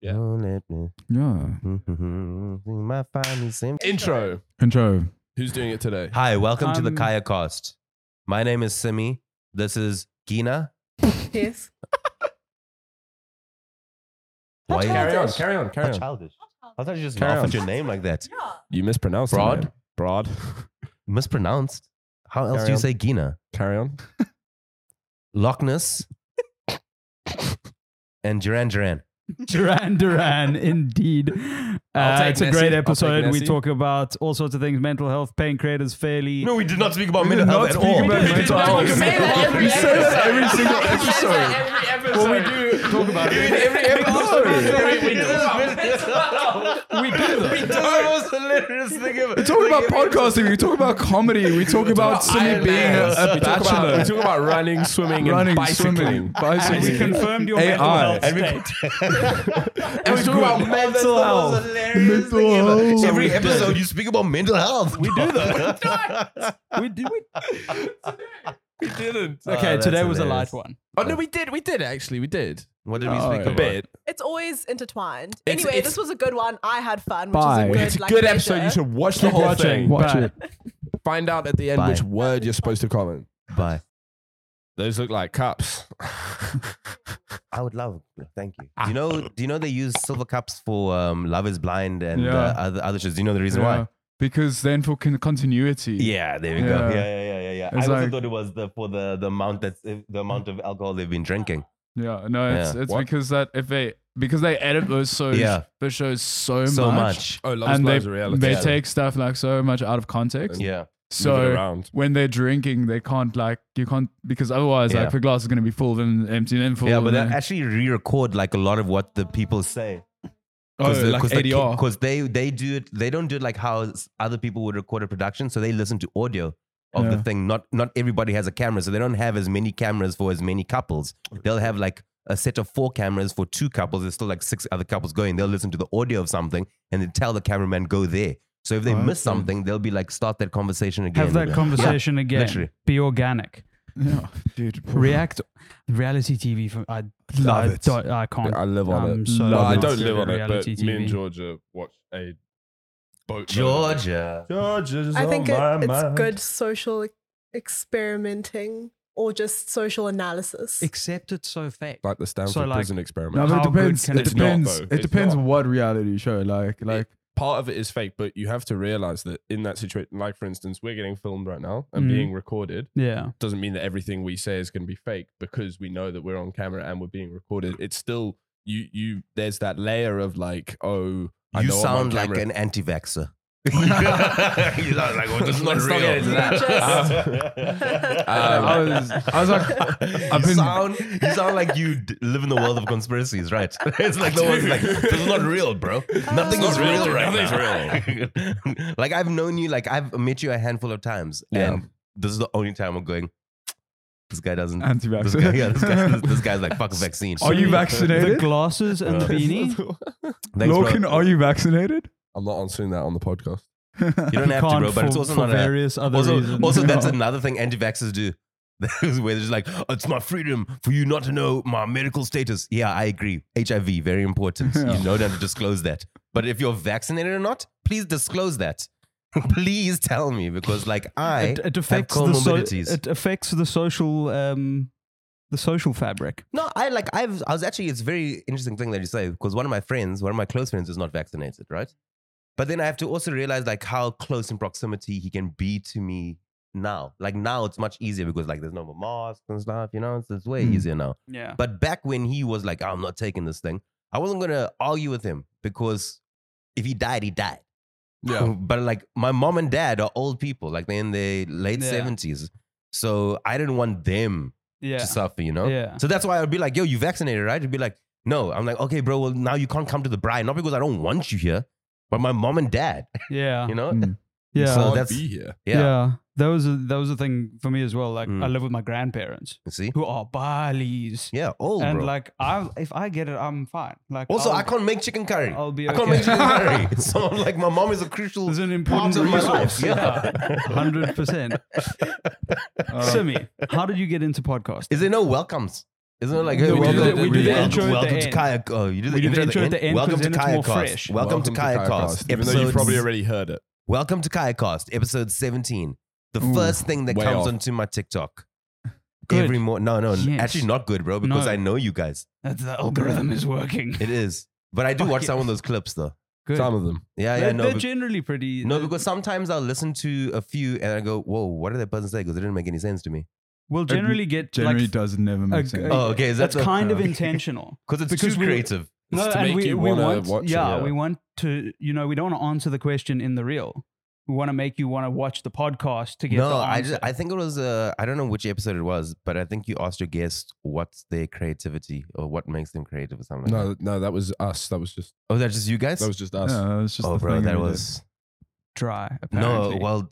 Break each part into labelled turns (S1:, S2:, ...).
S1: Yeah.
S2: Don't let me-
S3: Yeah.
S2: My finest im-
S1: Intro.
S3: Intro.
S1: Who's doing it today?
S2: Hi, welcome to the
S3: Um,
S2: Kaya Cost. My name is Simi. This is Gina.
S4: Yes.
S2: Why
S4: How
S1: Carry on.
S4: childish.
S1: Carry on.
S2: How
S1: Carry on.
S2: childish? I thought you just
S1: Carry
S2: laugh
S1: on.
S2: at your name like that.
S1: You mispronounced the
S2: Broad?
S1: name. Broad.
S2: Mispronounced. How else
S1: Carry
S2: do you
S1: on.
S2: say Gina?
S1: Carry on.
S2: Loch Ness and Duran Duran.
S3: Duran Duran, indeed.
S1: I'll
S3: Uh,
S1: take
S3: it's a
S1: Nessie.
S3: great
S1: I'll take
S3: episode. We
S1: Nessie.
S3: talk about all sorts of things mental health, pain creators, fairly.
S2: we did not speak about
S3: We did not speak about
S2: We did
S3: mental
S2: not
S3: health.
S2: speak
S3: Say
S2: about mental
S3: that every
S2: health.
S3: episode.
S1: every single
S3: Well, we do talk about it.
S2: Every episode.
S3: We We do that. We talk about podcasting. We talk about comedy. We talk about Simi
S1: Iron
S3: being a,
S1: Mans.
S3: a
S1: we talk about, we
S3: bachelor.
S1: talk about running, swimming,
S3: Running,
S1: and bicycling.
S3: swimming,
S1: And we
S3: bicycling.
S1: can-
S3: confirmed your AI. mental health
S1: And we-
S3: state.
S1: and we talk about mental health.
S3: Mental health.
S2: Every episode you speak about mental health. We do that.
S3: We do. We,
S1: We didn't.
S3: okay,
S2: that's
S3: today was a
S2: hilarious.
S3: light one.
S1: Oh no, we did. We did actually. We did
S2: What did we
S3: Oh,
S2: speak
S3: yeah.
S2: about?
S1: bit.
S4: It's always intertwined.
S1: It's-
S4: anyway,
S1: it's-
S4: this was a good one. I had fun, which
S3: Bye.
S4: is a good,
S1: It's a
S4: like,
S1: good
S4: measure.
S1: episode. You should watch the
S3: Keep
S1: whole
S3: watching.
S1: thing.
S3: Watch
S1: But
S3: it.
S1: Find out at the end
S2: Bye.
S1: which word you're supposed to comment.
S2: Bye.
S1: Those look like cups.
S2: I would love. Thank you. Do you know? Do you know they use silver cups for um, Love Is Blind and
S3: Yeah.
S2: uh, other other shows? Do you know the reason
S3: Yeah,
S2: why?
S3: Because then for con- continuity.
S2: Yeah, there we go. Yeah,
S3: Yeah.
S2: yeah, yeah, yeah. yeah. I
S3: It's
S2: also
S3: like-
S2: thought it was the for the the amount that's the amount of alcohol they've been drinking.
S3: Yeah, no, it's
S2: Yeah.
S3: it's
S1: What?
S3: because that if they because they edit those shows,
S2: Yeah.
S3: those shows so,
S2: So
S3: much,
S2: much.
S1: Oh, Love
S3: and they
S1: Is Blind's a reality.
S3: they
S1: show.
S3: take stuff like so much out of context.
S2: Yeah.
S1: Move it
S3: So
S1: around.
S3: when they're drinking, they can't like you can't because otherwise
S2: Yeah.
S3: like the glass is gonna be full then empty then full.
S2: Yeah, but
S3: and
S2: they
S3: then-
S2: actually re-record like a lot of what the people say.
S3: oh, like ADR.
S2: Because they they do it. They don't do it like how s- other people would record a production. So they listen to audio of the
S3: Yeah.
S2: thing. Not not everybody has a camera, so they don't have as many cameras for as many couples. They'll have like a set of four cameras for two couples. There's still like six other couples going. They'll listen to the audio of something and then tell the cameraman go there. So if they
S3: Oh,
S2: miss
S3: okay.
S2: something, they'll be like start that conversation again.
S5: Have that
S2: Yeah.
S5: conversation again.
S2: literally.
S5: Be organic.
S3: yeah, dude,
S5: React. Reality TV. For, I
S3: Love
S5: I,
S3: it.
S5: Don't, I can't.
S1: I live on
S5: I'm
S1: it.
S5: so
S1: No, I
S3: not
S1: don't
S5: good
S1: live
S5: at
S1: on it, but
S5: reality
S1: me and
S5: TV.
S1: Georgia watch a boat.
S2: Georgia.
S1: Georgia's
S4: I
S1: on
S4: think it,
S1: my
S4: it's
S1: mind.
S4: good social experimenting or just social analysis.
S5: Accept it so fast.
S1: Like the Stanford
S5: So, like-
S1: prison experiment.
S3: No, but it
S5: How good
S3: depends.
S5: can
S3: It
S5: it be?
S3: depends.
S1: It's not,
S3: it
S1: though.
S3: depends
S1: It's not.
S3: what reality show. Like, like
S1: Part of it is fake, but you have to realize that in that situation, like for instance, we're getting filmed right now and
S5: Mm.
S1: being recorded.
S5: Yeah.
S1: Doesn't mean that everything we say is going to be fake because we know that we're on camera and we're being recorded. It's still you. You there's that layer of like, oh, I
S2: You
S1: know I'm on
S2: sound like
S1: camera.
S2: an anti-vaxxer. you sound like well, this is not Um,
S1: Let's not get into
S2: real.
S4: that.
S1: Um,
S3: I was, I was like, I've
S2: you
S3: been-
S2: sound you sound like you d- live in the world of conspiracies, right? it's like the world's like this is not real, bro. Nothing
S4: It's
S2: is
S4: not
S2: real,
S4: real.
S2: right
S1: Nothing's
S2: now. like I've known you, like I've met you a handful of times,
S1: Yeah.
S2: and this is the only time I'm going. This guy doesn't. This guy,
S3: anti-vaccine.
S2: yeah, this, guy, this, this guy's like fuck a vaccine.
S3: Are you
S5: The
S3: vaccinated?
S5: glasses and the
S2: Uh,
S5: beanie.
S2: Thanks, bro.
S3: Lorcan, are you vaccinated?
S1: I'm not answering that on the podcast.
S2: You don't have to,
S5: Can't
S2: bro. But it's
S5: for,
S2: also
S5: for
S2: not a,
S5: various other
S2: also,
S5: reasons.
S2: also that's
S3: Yeah.
S2: another thing anti-vaxxers do. Where they're just like, "Oh, it's my freedom for you not to know my medical status. Yeah, I agree. HIV, very important.
S3: Yeah.
S2: You know not to disclose that. But if you're vaccinated or not, please disclose that. please tell me because, like, I
S5: it, it affects the so,
S2: comorbidities.
S5: it affects the social um the social fabric.
S2: no, I like I've I was actually it's a very interesting thing that you say because one of my friends, one of my close friends, is not vaccinated, right? But then I have to also realize like how close in proximity he can be to me now. Like now it's much easier because like there's no more masks and stuff, you know, so it's way
S5: Hmm.
S3: Mm.
S2: easier now.
S5: Yeah.
S2: But back when he was like, I'm not taking this thing, I wasn't gonna argue with him because if he died, he died. But like my mom and dad are old people, like they're in their late
S5: Yeah.
S2: 70s. So I didn't want them
S5: Yeah.
S2: to suffer, you know?
S5: Yeah.
S2: So that's why I'd be like, yo, you vaccinated, right? You'd be like, no. I'm like, okay, bro, well, now you can't come to the bride, not because I don't want you here, but my mom and dad,
S5: Yeah.
S2: you know?
S3: Mm.
S5: Yeah.
S2: So
S1: I'd
S2: that's-
S1: be here.
S2: Yeah.
S5: That was a, that was a thing for me as well. Like
S2: Mm.
S5: I live with my grandparents
S2: You See?
S5: who are Balis.
S2: Yeah, old,
S5: Uh-huh. and
S2: bro.
S5: like I if I get it, I'm fine. Like
S2: also,
S5: I'll,
S2: I can't make chicken curry.
S5: I'll be
S2: I
S5: Oh, okay.
S2: can't make chicken curry. So like, my mom is a crucial
S5: It's an important
S2: part of my life.
S5: resource.
S2: Yeah.
S5: Hundred percent.
S3: Uh,
S5: Simi, how did you get into podcasting?
S2: Is there no welcomes? Isn't it like
S5: No,
S2: hey,
S5: we
S2: welcome,
S5: do the- we do the
S2: welcome-
S5: intro at the
S2: welcome to
S5: end.
S2: kayak? Oh, you do the
S5: We do
S2: intro,
S5: the intro at the end 'cause
S2: Welcome to
S5: then it's more
S2: kayak
S5: fresh.
S2: cast. Welcome to kayak cast.
S1: Even though you probably
S2: Episode-
S1: already heard it.
S2: Welcome to Kayakast, episode 17. The
S5: Ooh,
S2: first thing that
S1: way
S2: comes
S1: off.
S2: onto my TikTok.
S5: Good.
S2: Every morning. No, no,
S5: Yes.
S2: actually not good, bro, because
S5: No.
S2: I know you guys.
S5: That's the algorithm is working.
S2: It is. But I do
S5: Fuck
S2: watch
S5: it.
S2: some of those clips though.
S5: Good.
S1: Some of them.
S2: Yeah,
S5: they're
S2: yeah, no.
S5: they're
S2: be-
S5: generally pretty.
S2: no, because sometimes I'll listen to a few and I go, whoa, what did that person say? Because it didn't make any sense to me.
S5: we'll generally get
S3: Generally
S5: like
S3: does never
S5: a-
S3: make sense.
S5: a-
S2: Oh, okay. Is that
S5: that's kind of
S3: okay.
S5: intentional.
S2: because it's
S5: because
S2: too
S5: we-
S2: creative.
S1: It's to make
S5: we,
S1: you
S5: we
S1: wanna
S5: want,
S1: watch it,
S5: yeah,
S1: yeah.
S5: we want to, you know, we don't want to answer the question in the real. We want to make you want to watch the podcast to get
S2: No,
S5: the
S2: I
S5: answer.
S2: just, I think it was uh, I don't know which episode it was, but I think you asked your guest what's their creativity or what makes them creative or something. like that.
S1: No, no, that was us. That was just
S2: oh, that's just you guys.
S1: that was just us.
S3: No, it's just
S2: oh,
S3: the
S2: bro,
S3: thing
S2: that
S3: we did.
S2: was
S5: dry. Apparently.
S2: no. Well,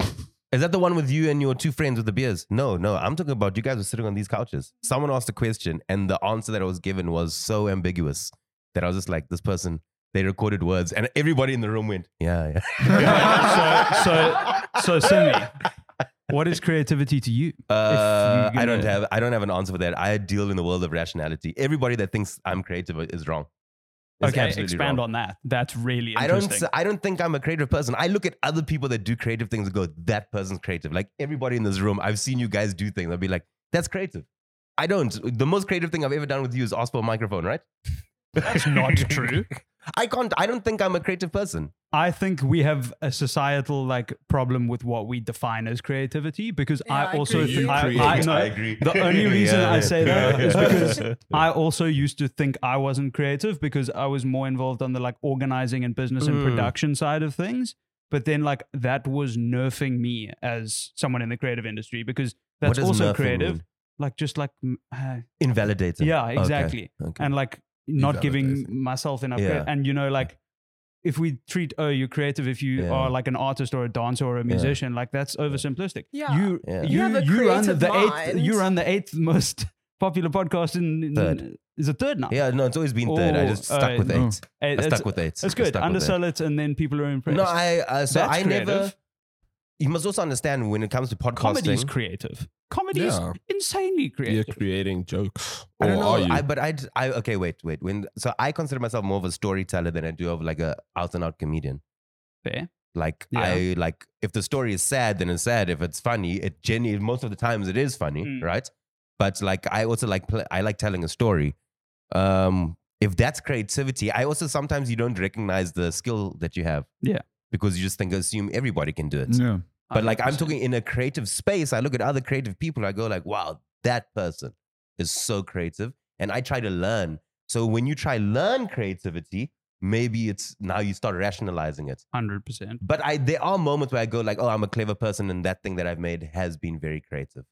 S2: is that the one with you and your two friends with the beers? No, no, I'm talking about you guys were sitting on these couches. Someone asked a question, and the answer that I was given was so ambiguous that I was just like, this person. They recorded words, and everybody in the room went, "Yeah, yeah."
S5: so, so, so, Simi, what is creativity to you?
S2: Uh,
S5: If you're
S2: I don't
S5: gonna-
S2: have I don't have an answer for that. I deal in the world of rationality. Everybody that thinks I'm creative is wrong. Is
S5: Okay,
S2: absolutely
S5: expand
S2: wrong.
S5: on that. That's really
S2: I don't.
S5: interesting.
S2: s- I don't think I'm a creative person. I look at other people that do creative things and go, "That person's creative." Like everybody in this room, I've seen you guys do things. I'll be like, "That's creative." I don't. The most creative thing I've ever done with you is ask for a microphone, right?
S5: That's not true.
S2: I can't. I don't think I'm a creative person.
S5: I think we have a societal like problem with what we define as creativity because
S4: Yeah,
S5: I
S4: I
S5: also
S4: agree.
S5: think
S4: You
S5: I,
S1: create-
S5: I, no,
S2: agree.
S5: the only reason I say that is because I also used to think I wasn't creative because I was more involved on the like organizing and business and
S2: Mm.
S5: production side of things. But then like that was nerfing me as someone in the creative industry because that's also creative. Like just like m- uh,
S2: Invalidated.
S5: yeah, exactly.
S2: Okay.
S5: And like not giving
S1: Invalidating.
S5: myself enough
S2: Yeah.
S5: credit. And you know, like if we treat oh you're creative if you
S2: Yeah.
S5: are like an artist or a dancer or a musician, like that's oversimplistic.
S4: Yeah.
S5: You
S2: Yeah.
S5: you
S4: You have a
S5: you run
S4: creative
S5: the eighth you
S4: mind.
S5: run the eighth most popular podcast in, in-
S2: Third.
S5: is it third now?
S2: Yeah, no, it's always been third. I
S5: Oh,
S2: just stuck
S5: uh,
S2: with
S3: no.
S2: eight.
S5: Eh,
S2: I
S5: it's,
S2: stuck with eight.
S5: it's
S2: I
S5: good.
S2: stuck with
S5: Undersell it and then people are
S2: eight.
S5: impressed.
S2: No, I uh, so
S5: That's
S2: I never.
S5: creative.
S2: You must also understand when it comes to podcasting.
S5: Comedy's creative. Comedy's
S1: Yeah.
S5: insanely
S1: You're
S5: creative.
S1: creating jokes.
S2: I don't
S1: Or
S2: know.
S1: are you?
S2: I, but I, I okay. Wait, wait. When so I consider myself more of a storyteller than I do of like a out and out comedian.
S5: Fair.
S2: Like
S5: Yeah.
S2: I like if the story is sad, then it's sad. If it's funny, it genuinely most of the times it is funny,
S5: Mm.
S2: right? But like I also like pl- I like telling a story. Um, if that's creativity, I also sometimes you don't recognize the skill that you have.
S5: Yeah.
S2: Because you just think assume everybody can do it.
S3: Yeah.
S2: But like I'm
S5: 100%.
S2: talking in a creative space, I look at other creative people, I go like, wow, that person is so creative. And I try to learn. So when you try learn creativity, maybe it's now you start rationalizing it.
S5: 100%.
S2: But I there are moments where I go like, oh, I'm a clever person and that thing that I've made has been very creative.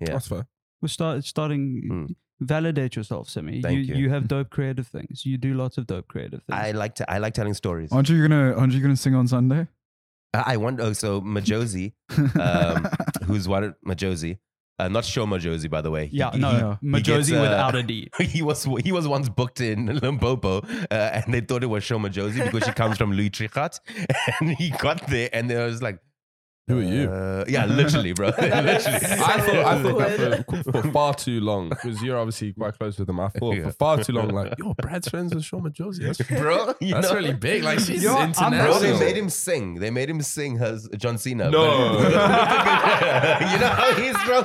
S2: Yeah.
S1: That's fair.
S5: We're start, starting. Validate yourself, Simi.
S2: Hmm. Thank
S5: you,
S2: you.
S5: you have dope creative things. You do lots of dope creative things.
S2: I like to I like telling stories. I
S3: Aren't you gonna Aren't you gonna sing on Sunday?
S2: I wonder oh, so Majosi, um, who's one Majosi. Uh, not Shoma Josie, by the way. He-
S5: yeah,
S2: he-
S5: no,
S2: he-
S5: no.
S2: he gets,
S5: Majosi
S2: uh,
S5: without a D.
S2: he was he was once booked in Limpopo, uh, and they thought it was Shoma Josie because she comes from Louis Trichat, and he got there, and they was like,
S1: Who are you?
S2: Uh, yeah, literally, bro, literally.
S1: I thought, I thought that
S4: Awkward.
S1: for, for far too long, because you're obviously quite close with them. I thought
S2: Yeah.
S1: for far too long, like, yo, Brad's friends with Sean Josie. That's,
S2: bro, you
S1: that's
S2: know?
S1: really big. Like, she's
S5: Yo, I'm
S1: international.
S2: Bro, they made him sing. They made him sing her John Cena.
S1: No.
S2: but- you know how he's from,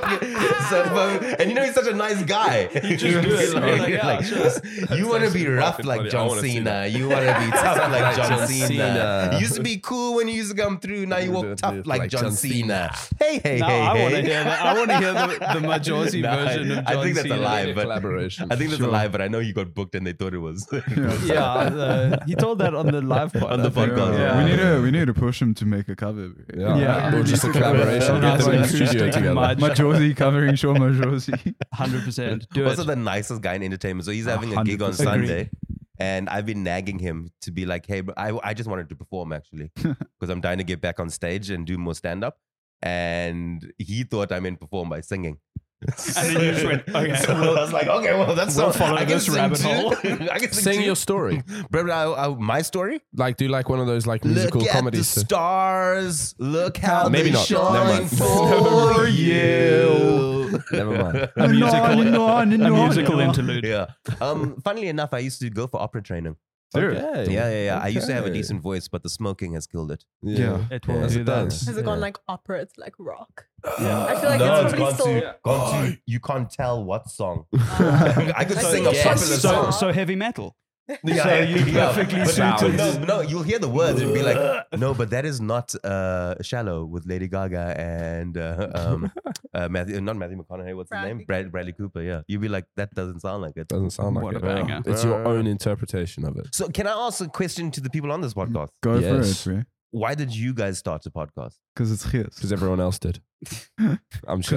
S2: so, but- and you know he's such a nice guy. You
S5: just do it, like, yeah, sure.
S2: you want to be rough
S1: fucking
S2: like
S1: funny. I
S2: John
S1: wanna see
S2: Cena.
S1: that.
S2: You want to be tough like John
S1: John
S2: Cena.
S1: Cena.
S2: You used to be cool when you used to come through. Now you
S1: Do
S2: walk
S1: it,
S2: tough
S1: do it
S2: like
S1: like
S2: John
S1: John
S2: Cena. Hey, hey,
S5: No,
S2: hey,
S5: I want to
S2: hey.
S5: hear that. I want to hear the, the Majosi
S2: Nah,
S5: version of John
S2: I think that's
S5: Cena.
S2: a lie, but
S1: collaboration.
S2: I think that's a
S1: Sure.
S2: lie, but I know you got booked and they thought it was.
S5: Yeah, uh, he told that on the live pod.
S2: On the
S5: I think.
S2: podcast,
S3: Yeah.
S2: yeah.
S3: We need to We need to push him to make a cover.
S1: Yeah.
S5: Yeah.
S1: Or just a collaboration.
S5: Nice
S1: Get them in the
S5: acoustic
S1: studio together.
S5: mud.
S3: Majosi covering Shaw Majosi.
S5: 100%. Do
S2: also
S5: it.
S2: the nicest guy in entertainment. So he's having a gig on
S5: 100%.
S2: Sunday. And I've been nagging him to be like, hey, bro, I, I just wanted to perform actually, because I'm dying to get back on stage and do more stand up. And he thought I meant perform by singing.
S5: And then you just went, okay.
S2: So I was like, okay, well, that's
S5: We'll
S2: so-
S5: follow
S2: I can
S5: this
S2: sing
S5: rabbit
S2: too.
S5: hole.
S2: I can sing
S1: Sing
S2: too.
S1: your story.
S2: Bro, I- I- my story.
S1: Like do like one of those like musical
S2: look at the
S1: comedies.
S2: stars. Look how they
S1: Maybe not. Never
S2: shine
S1: mind.
S2: for you.
S1: Never mind.
S5: A musical, a musical interlude.
S2: yeah. Um. Funnily enough, I used to go for opera training.
S1: Okay.
S2: Yeah, yeah, yeah. I used to have a
S1: Okay.
S2: decent voice, but the smoking has killed it.
S1: Yeah.
S5: It
S2: Yeah.
S5: will
S1: That's
S5: do
S1: a
S5: that.
S1: dance.
S4: Has it gone like opera? It's like rock.
S5: Yeah.
S4: I feel like
S2: No, it's
S4: it's probably
S2: gone
S4: still.
S2: to, gone to, you can't tell what song. I could
S4: I
S2: sing
S4: think
S2: a
S4: yes.
S2: popular
S4: So-
S5: So,
S2: song.
S5: so heavy metal.
S2: Yeah,
S5: so
S2: yeah,
S5: you
S2: yeah.
S5: perfectly
S2: But
S5: suited.
S2: No, no, you'll hear the words and be like, no, but that is not uh, shallow with Lady Gaga and uh, um, uh, Matthew, not Matthew McConaughey. What's his name?
S4: Bradley
S2: Brad, Bradley Cooper. Yeah, you'll be like, that doesn't sound like it.
S1: Doesn't sound like
S5: What a
S1: it.
S5: banger.
S1: It's your own interpretation of it.
S2: So, can I ask a question to the people on this podcast?
S3: Go
S1: Yes.
S3: for it, bro.
S2: Why did you guys start a podcast?
S3: Because it's
S1: Because
S3: Giz.
S1: everyone else did. I'm sure.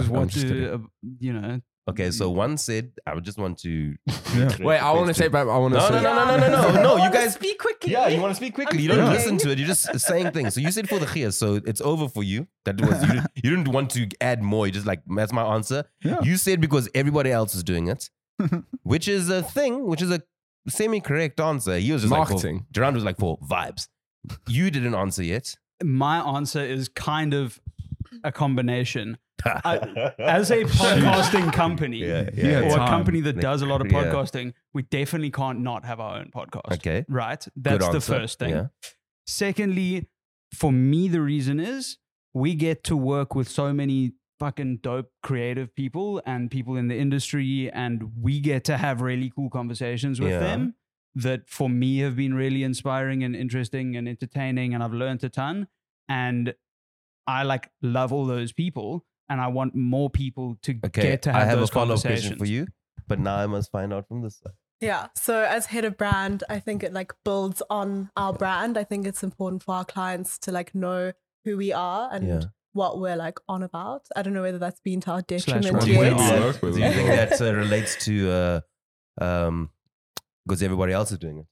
S5: Because
S1: I'm
S5: what,
S1: just kidding.
S5: do, uh, you know,
S2: Okay, so
S5: Mm-hmm.
S2: one said, I would just want to.
S3: Yeah.
S1: Wait, I want to take back. I want to.
S2: No, no,
S1: say,
S2: no, no, no, no, no,
S4: I
S2: no. You
S4: wanna
S2: guys.
S4: speak quickly.
S2: Yeah, you want to speak quickly.
S4: I'm
S2: You don't
S4: thinking.
S2: listen to it. You're just saying things. So you said for the khir, so it's over for you. That was you. Didn't, you didn't want to add more. You just like that's my answer.
S3: Yeah.
S2: You said because everybody else is doing it, which is a thing, which is a semi-correct answer. He was just Like,
S1: Marketing.
S2: for, Durand was like for vibes. You didn't answer yet.
S5: my answer is kind of a combination. I- As a podcasting company,
S2: yeah,
S3: He had
S5: or a
S3: time.
S5: company that does a lot of
S2: Yeah.
S5: podcasting, we definitely can't not have our own podcast.
S2: Okay.
S5: Right?
S2: Good
S5: That's the
S2: answer.
S5: first thing.
S2: Yeah.
S5: Secondly, for me, the reason is we get to work with so many fucking dope creative people and people in the industry, and we get to have really cool conversations with
S2: Yeah.
S5: them that for me have been really inspiring and interesting and entertaining, and I've learned a ton. And I like love all those people, and I want more people to
S2: Okay.
S5: get to have,
S2: I have
S5: those
S2: a follow-up question
S5: conversations.
S2: for you, but now I must find out from this side.
S4: Yeah. So as head of brand, I think it like builds on our brand. I think it's important for our clients to like know who we are and
S2: Yeah.
S4: what we're like on about. I don't know whether that's been to our
S5: Slash
S4: detriment
S5: what
S2: Do you
S5: we
S4: yet.
S2: think
S5: are.
S2: that, do you think that uh, relates to uh, um, because everybody else is doing it?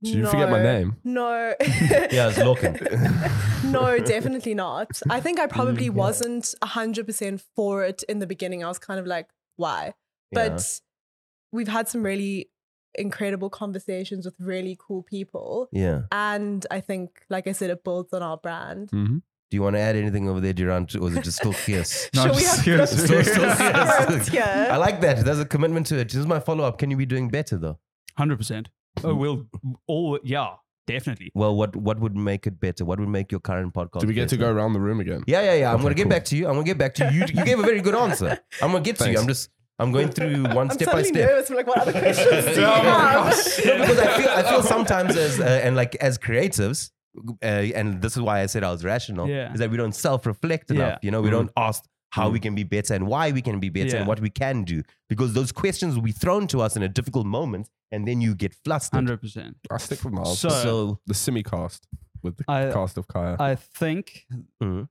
S1: Did you forget my
S4: No.
S1: name?
S4: No.
S2: Yeah, it's Lorcan. Mm,
S4: no, definitely not. I think I probably wasn't hundred percent for it in the beginning. I was kind of like, why? But we've had some really incredible conversations with really cool people.
S2: yeah. yeah.
S4: And I think, like I said, it builds on our brand.
S2: Do you want to add anything over there, Durant, or is it just called fierce?
S3: No,
S4: Shall
S3: I'm
S4: we
S3: just
S4: have
S3: serious.
S4: flips?
S2: Still- still
S4: Script
S2: serious.
S4: here.
S2: I like that. There's a commitment to it. This is my follow up. Can you be doing better though?
S5: Hundred percent. Oh, we'll all yeah, definitely.
S2: Well, what what would make it better? What would make your current podcast?
S1: Do we get to
S2: better?
S1: go around the room again?
S2: Yeah, yeah, yeah. I'm
S1: Okay,
S2: gonna get
S1: cool.
S2: back to you. I'm gonna get back to you. You, you gave a very good answer. I'm gonna get to you.
S1: Thanks.
S2: I'm just I'm going through one
S4: I'm
S2: step by
S4: suddenly
S2: step. Oh
S4: nervous. I'm like, what other questions do you
S1: Yeah,
S4: have?
S5: oh,
S2: No, because I feel, I feel sometimes as uh, and like as creatives, uh, and this is why I said I was rational,
S5: Yeah.
S2: is that we don't self-reflect enough.
S5: Yeah.
S2: You know, we don't ask how we can be better and why we can be better
S5: Yeah.
S2: and what we can do because those questions will be thrown to us in a difficult moment, and then you get flustered.
S5: Hundred percent.
S1: I stick with my
S5: So-
S1: answer.
S2: So
S1: the simicast with the
S5: I- uh,
S1: cast of Kaya.
S5: I think
S2: Mhm.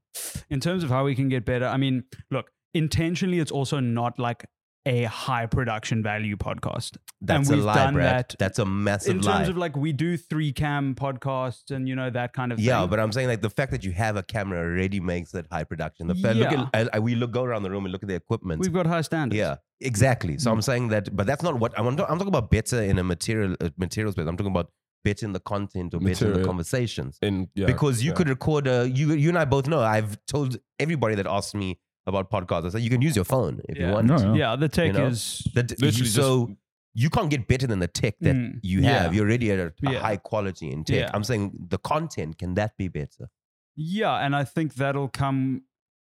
S5: in terms of how we can get better, I mean, look, intentionally it's also not like a high production value podcast.
S2: that's a
S5: and we've
S2: lie,
S5: done
S2: Brad.
S5: that
S2: That's a massive
S5: in terms
S2: lie.
S5: of like we do three cam podcasts and you know that kind of
S2: yeah,
S5: thing.
S2: but I'm saying like the fact that you have a camera already makes it high production. The fact,
S5: Yeah.
S2: look at, I, I- we look go around the room and look at the equipment.
S5: we've got high standards.
S2: Yeah, exactly. So I'm saying that, but that's not what I'm. I'm talking about better in a material uh, material space. I'm talking about better in the content or better in the
S1: Material.
S2: conversations.
S1: In yeah,
S2: because you
S1: yeah.
S2: could record. A, you you and I both know. I've told everybody that asked me about podcasts. I said you can use your phone if
S5: Yeah.
S2: you want.
S3: No, no.
S5: Yeah, the tech
S2: know,
S5: is
S2: That
S1: Literally
S2: you,
S1: just-
S2: so you can't get better than the tech that
S5: Mm.
S2: you
S5: Yeah.
S2: have. You're already at a, a
S5: Yeah.
S2: high quality in tech.
S5: Yeah.
S2: I'm saying the content can that be better?
S5: Yeah, and I think that'll come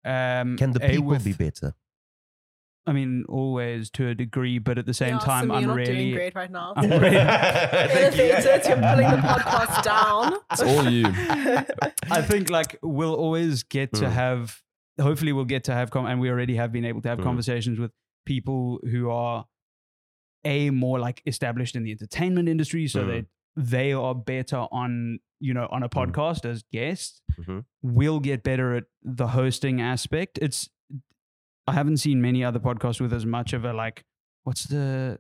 S5: um
S2: Can the
S5: A,
S2: people
S5: with,
S2: be better?
S5: I mean always to a degree, but at the same
S4: Yeah,
S5: time
S4: Simi,
S5: I'm
S4: you're not doing
S5: really
S4: great right now.
S5: I'm really
S2: Thank you.
S4: Innovators, you're pulling the podcast down.
S1: it's all you.
S5: I think like we'll always get to
S2: Mm.
S5: have. Hopefully, we'll get to have, com- and we already have been able to have
S2: Mm.
S5: conversations with people who are a more like established in the entertainment industry, so
S2: Mm.
S5: they they are better on you know on a
S2: Mm.
S5: podcast as guests.
S2: Mhm.
S5: We'll get better at the hosting aspect. It's I haven't seen many other podcasts with as much of a like what's the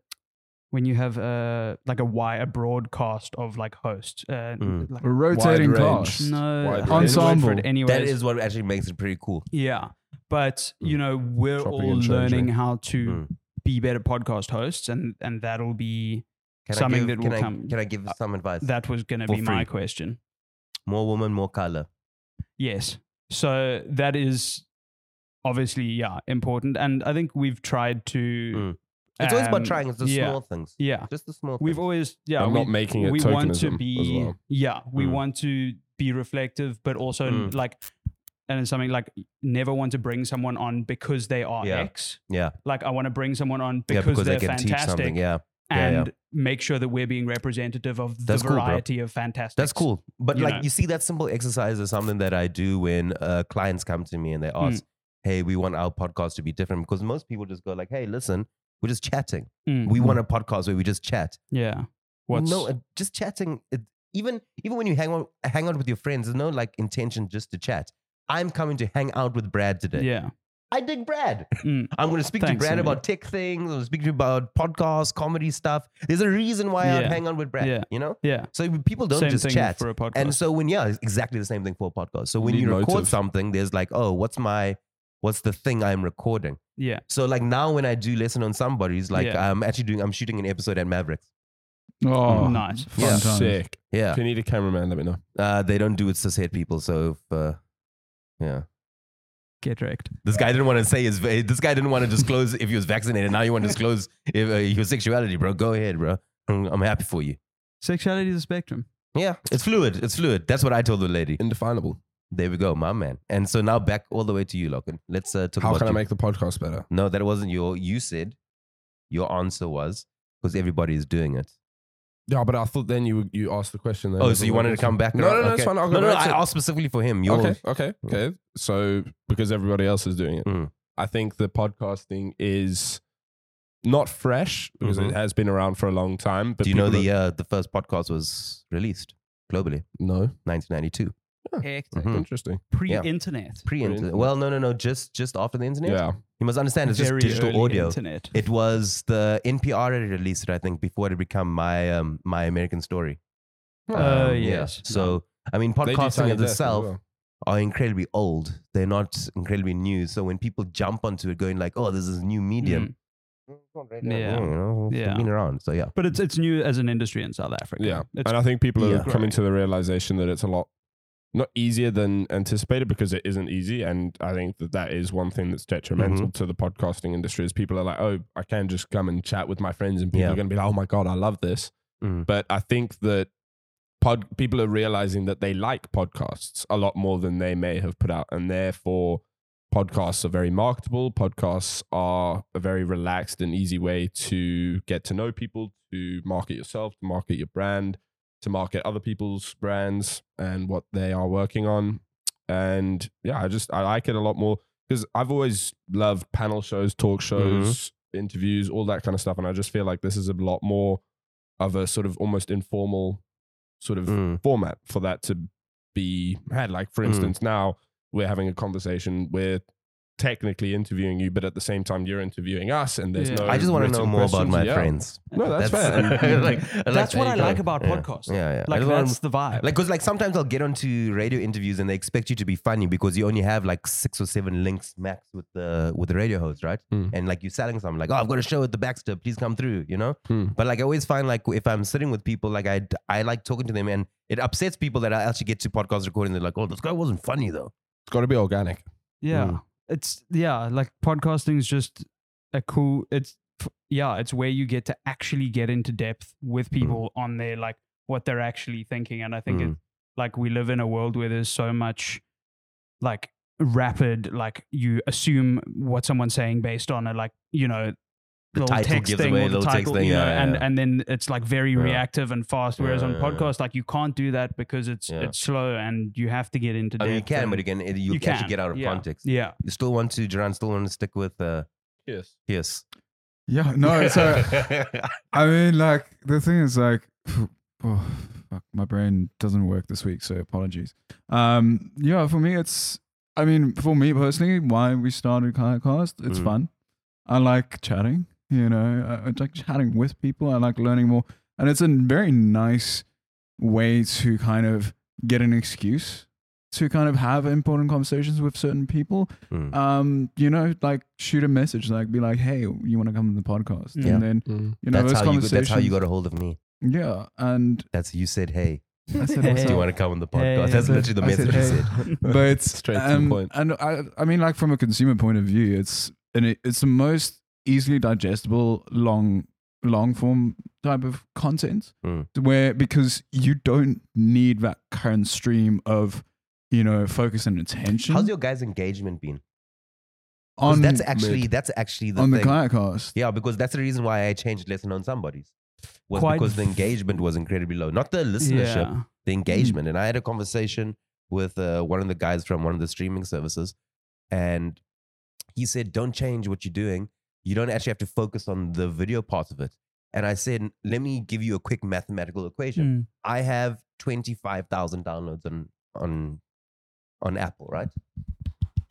S5: when you have a like a why a broadcast of like hosts uh,
S2: Mm.
S5: like
S3: A rotating
S1: Wide range.
S3: class.
S1: Wide
S5: no,
S2: Uh,
S5: I
S1: range.
S5: didn't wait
S3: Ensemble.
S5: For it anyways.
S2: That is what actually makes it pretty cool.
S5: yeah. But
S2: Hmm.
S5: you know, we're
S1: Chopping
S5: all
S1: and changing.
S5: learning how to
S2: Mm.
S5: be better podcast hosts, and and that'll be
S2: Can
S5: Something
S2: I give,
S5: that
S2: can
S5: will
S2: I,
S5: come- Uh,
S2: Can I give some advice?
S5: that was going to
S2: For
S5: be my
S2: free.
S5: question.
S2: more woman, more color.
S5: Yes. So that is obviously yeah important, and I think we've tried to.
S2: Mm. It's always
S5: um,
S2: about trying. It's the
S5: yeah,
S2: small things.
S5: Yeah,
S2: Just the small.
S5: we've
S2: things.
S5: always yeah
S1: I'm
S5: we-
S1: not making it
S5: we
S1: tokenism
S5: want to be
S1: as well.
S5: yeah we
S2: Mm.
S5: want to be reflective but also
S2: Mm.
S5: like and it's something like never want to bring someone on because they are
S2: Yeah.
S5: x
S2: yeah.
S5: like i want to bring someone on
S2: yeah, they
S5: because, they're
S2: can teach
S5: fantastic
S2: something. Yeah, Yeah,
S5: and
S2: yeah.
S5: make sure that we're being representative of
S2: That's
S5: the
S2: cool, bro.
S5: variety of fantastic
S2: that's cool. But
S5: You
S2: like,
S5: know.
S2: you see, that simple exercise is something that I do when uh, clients come to me and
S5: Hmm.
S2: they ask, "Hey, we want our podcast to be different," because most people just go like, "Hey, listen, we're just chatting. We want a podcast where we just chat."
S5: Mm. yeah Mm-hmm. what's
S2: no, uh, just chatting. It, even even when you hang out hang out with your friends, there's no like intention just to chat. I'm coming to hang out with Brad today.
S5: yeah
S2: I dig Brad.
S5: Mm.
S2: I'm going to speak
S5: Thanks,
S2: to Brad
S5: Emily.
S2: about tech things. I'm going to speak to you about podcasts, comedy stuff. There's a reason why I'd
S5: Yeah.
S2: hang out with Brad.
S5: Yeah.
S2: You know,
S5: yeah
S2: so people don't
S5: same
S2: just
S5: thing
S2: chat.
S5: for a podcast
S2: And so when yeah, it's exactly the same thing for a podcast. So when
S1: Need
S2: you record
S1: motive.
S2: something, there's like, oh, what's my what's the thing I'm recording?
S5: yeah
S2: So like now when I do lesson on somebody's like
S5: Yeah.
S2: I'm actually doing I'm shooting an episode at Mavericks.
S3: Oh,
S5: nice
S3: fun times.
S1: Sick.
S2: Yeah.
S1: If you need a cameraman, let me know.
S2: Uh, they don't do it to head people. So if, uh, yeah,
S5: get wrecked
S2: this guy didn't want to say his. va- This guy didn't want to disclose if he was vaccinated. Now you want to disclose if, uh, your sexuality, bro. Go ahead, bro. I'm, I'm happy for you.
S5: sexuality is a spectrum
S2: Yeah, it's fluid. It's fluid. That's what I told the lady.
S1: Indefinable.
S2: There we go, my man. And so now back all the way to you, Logan. Let's uh, talk
S1: How
S2: about
S1: can I
S2: you.
S1: make the podcast better?
S2: No, that wasn't your. You said your answer was because everybody is doing it.
S1: Yeah, but I thought then you you asked the question. Then
S2: Oh, so you wanted to come back?
S1: No, no, no,
S2: around?
S1: it's
S2: Okay.
S1: fine. I'll go
S2: no, no, I
S1: back to-
S2: asked specifically for him. Yours.
S1: Okay, okay, okay. So because everybody else is doing it,
S2: Mm.
S1: I think the podcasting is not fresh because
S2: Mhm.
S1: it has been around for a long time. But
S2: Do you know
S1: people
S2: the uh, the first podcast was released globally,
S1: are- no?
S2: 1992?
S5: hectic
S2: Mhm.
S1: Interesting.
S5: pre-internet
S2: pre-internet.
S1: Pre-internet.
S2: Well, no, no, no. Just just after the internet.
S1: Yeah.
S2: You must understand. It's
S5: Very
S2: just digital
S5: early
S2: audio.
S5: internet
S2: It was the NPR had released it, I think, before it had become my um, my American story.
S5: Uh,
S2: Um,
S5: yes.
S2: So I mean,
S1: They do
S2: podcasting
S1: tiny
S2: as
S1: death as
S2: itself
S1: well.
S2: are incredibly old. They're not incredibly new. So when people jump onto it, going like, "Oh, this is a new medium,"
S5: Mm. Yeah.
S2: you know,
S5: Yeah.
S2: it's been around. So yeah,
S5: But it's it's new as an industry in South Africa.
S1: Yeah.
S5: It's,
S1: and I think people are
S2: Yeah.
S1: coming to the realization that it's a lot not easier than anticipated because it isn't easy. And I think that that is one thing that's detrimental
S2: Mm-hmm.
S1: to the podcasting industry is people are like, oh, I can just come and chat with my friends and people
S2: Yeah.
S1: are going to be like, oh my God, I love this.
S2: Mm.
S1: But I think that pod- people are realizing that they like podcasts a lot more than they may have put out. And therefore, podcasts are very marketable. Podcasts are a very relaxed and easy way to get to know people, to market yourself, to market your brand, to market other people's brands and what they are working on. And yeah, I just I like it a lot more because I've always loved panel shows, talk shows, interviews, all that kind of stuff. And I just feel like this is a lot more of a sort of almost informal sort of
S2: Mm.
S1: format for that to be had. Like, for
S2: Mm.
S1: instance, now we're having a conversation, we're technically interviewing you, but at the same time, you're interviewing us, and there's
S5: Yeah.
S1: no.
S2: I just want to
S1: written
S2: know more about
S1: questions.
S2: my
S1: Yeah.
S2: friends.
S1: No, that's, fair.
S5: And-
S2: like, I
S5: That's what
S2: there
S5: I
S2: you
S5: like
S2: go.
S5: about
S2: Yeah.
S5: podcasts.
S2: Yeah, yeah. I
S5: like
S2: just wanna-
S5: that's the vibe.
S2: Like, cause like sometimes I'll get onto radio interviews and they expect you to be funny because you only have like six or seven links max with the with the radio host, right?
S1: Mm.
S2: And like you're selling something, like oh, I've got a show at the Baxter, please come through, you know.
S1: Mm.
S2: But like I always find like if I'm sitting with people, like I I like talking to them, and it upsets people that I actually get to podcast recording. They're like, oh, this guy wasn't funny though.
S1: It's got to be organic.
S5: yeah.
S2: Mm.
S5: It's yeah, like podcasting is just a cool it's yeah, it's where you get to actually get into depth with
S2: Mm.
S5: people on their like what they're actually thinking and I think it like we live in a world where there's so much like rapid like you assume what someone's saying based on a like, you know,
S2: The
S5: little
S2: title
S5: text
S2: gives
S5: thing
S2: away
S5: or
S2: little text thing,
S5: you know,
S2: yeah, yeah,
S5: and
S2: yeah.
S5: and then it's like very
S2: Yeah.
S5: reactive and fast. Whereas
S2: Yeah,
S5: on
S2: yeah, yeah.
S5: podcast, like you can't do that because it's
S2: Yeah.
S5: it's slow and you have to get into.
S2: I mean, you
S5: depth
S2: can,
S5: and-
S2: but again, it, you,
S5: You
S2: actually
S5: can,
S2: get out of
S5: yeah.
S2: context.
S5: yeah,
S2: You still want to, Duran, still want to stick with uh,
S1: Yes.
S2: Pierce.
S3: Yeah, no, so I mean, like the thing is, like, oh, fuck, my brain doesn't work this week, so apologies. Um, yeah, for me, it's. I mean, for me personally, why we started Kayakcast, it's
S2: Mm.
S3: fun. I like chatting. You know, I, I like chatting with people. I like learning more, and it's a very nice way to kind of get an excuse to kind of have important conversations with certain people,
S2: Mm.
S3: um, you know, like shoot a message, like be like, hey, you want to come on the podcast?
S5: Yeah.
S3: And then,
S5: Hmm.
S3: you know,
S2: that's,
S3: those
S2: how you, got-
S3: conversations.
S2: that's how you got a hold of me.
S3: yeah. And
S2: That's you said, hey,
S3: I said,
S5: Hey.
S3: "What's
S2: do
S3: up?"
S2: you want to come on the podcast?
S5: Hey.
S2: That's
S5: I said-
S2: literally the
S3: I said,
S2: message you
S3: "Hey."
S2: said.
S3: but
S1: Straight to the
S3: um,
S1: point.
S3: And I, I mean, like from a consumer point of view, it's and it, it's the most easily digestible long long form type of content
S1: Hmm.
S2: Mm.
S3: where because you don't need that current stream of you know focus and attention
S2: How's your guys' engagement been? 'Cause
S3: on
S2: that's actually that's actually the
S3: on the
S2: thing.
S3: Kayakcast.
S2: yeah, because that's the reason why I changed lesson on somebody's. Was
S5: Quite
S2: because the
S5: f-
S2: engagement was incredibly low. Not the listenership,
S5: Yeah.
S3: Mm.
S2: the engagement. And I had a conversation with uh, one of the guys from one of the streaming services, and he said, "Don't change what you're doing. You don't actually have to focus on the video part of it." And I said, "Let me give you a quick mathematical equation.
S5: Mm.
S2: I have twenty five thousand downloads on on on Apple, right?"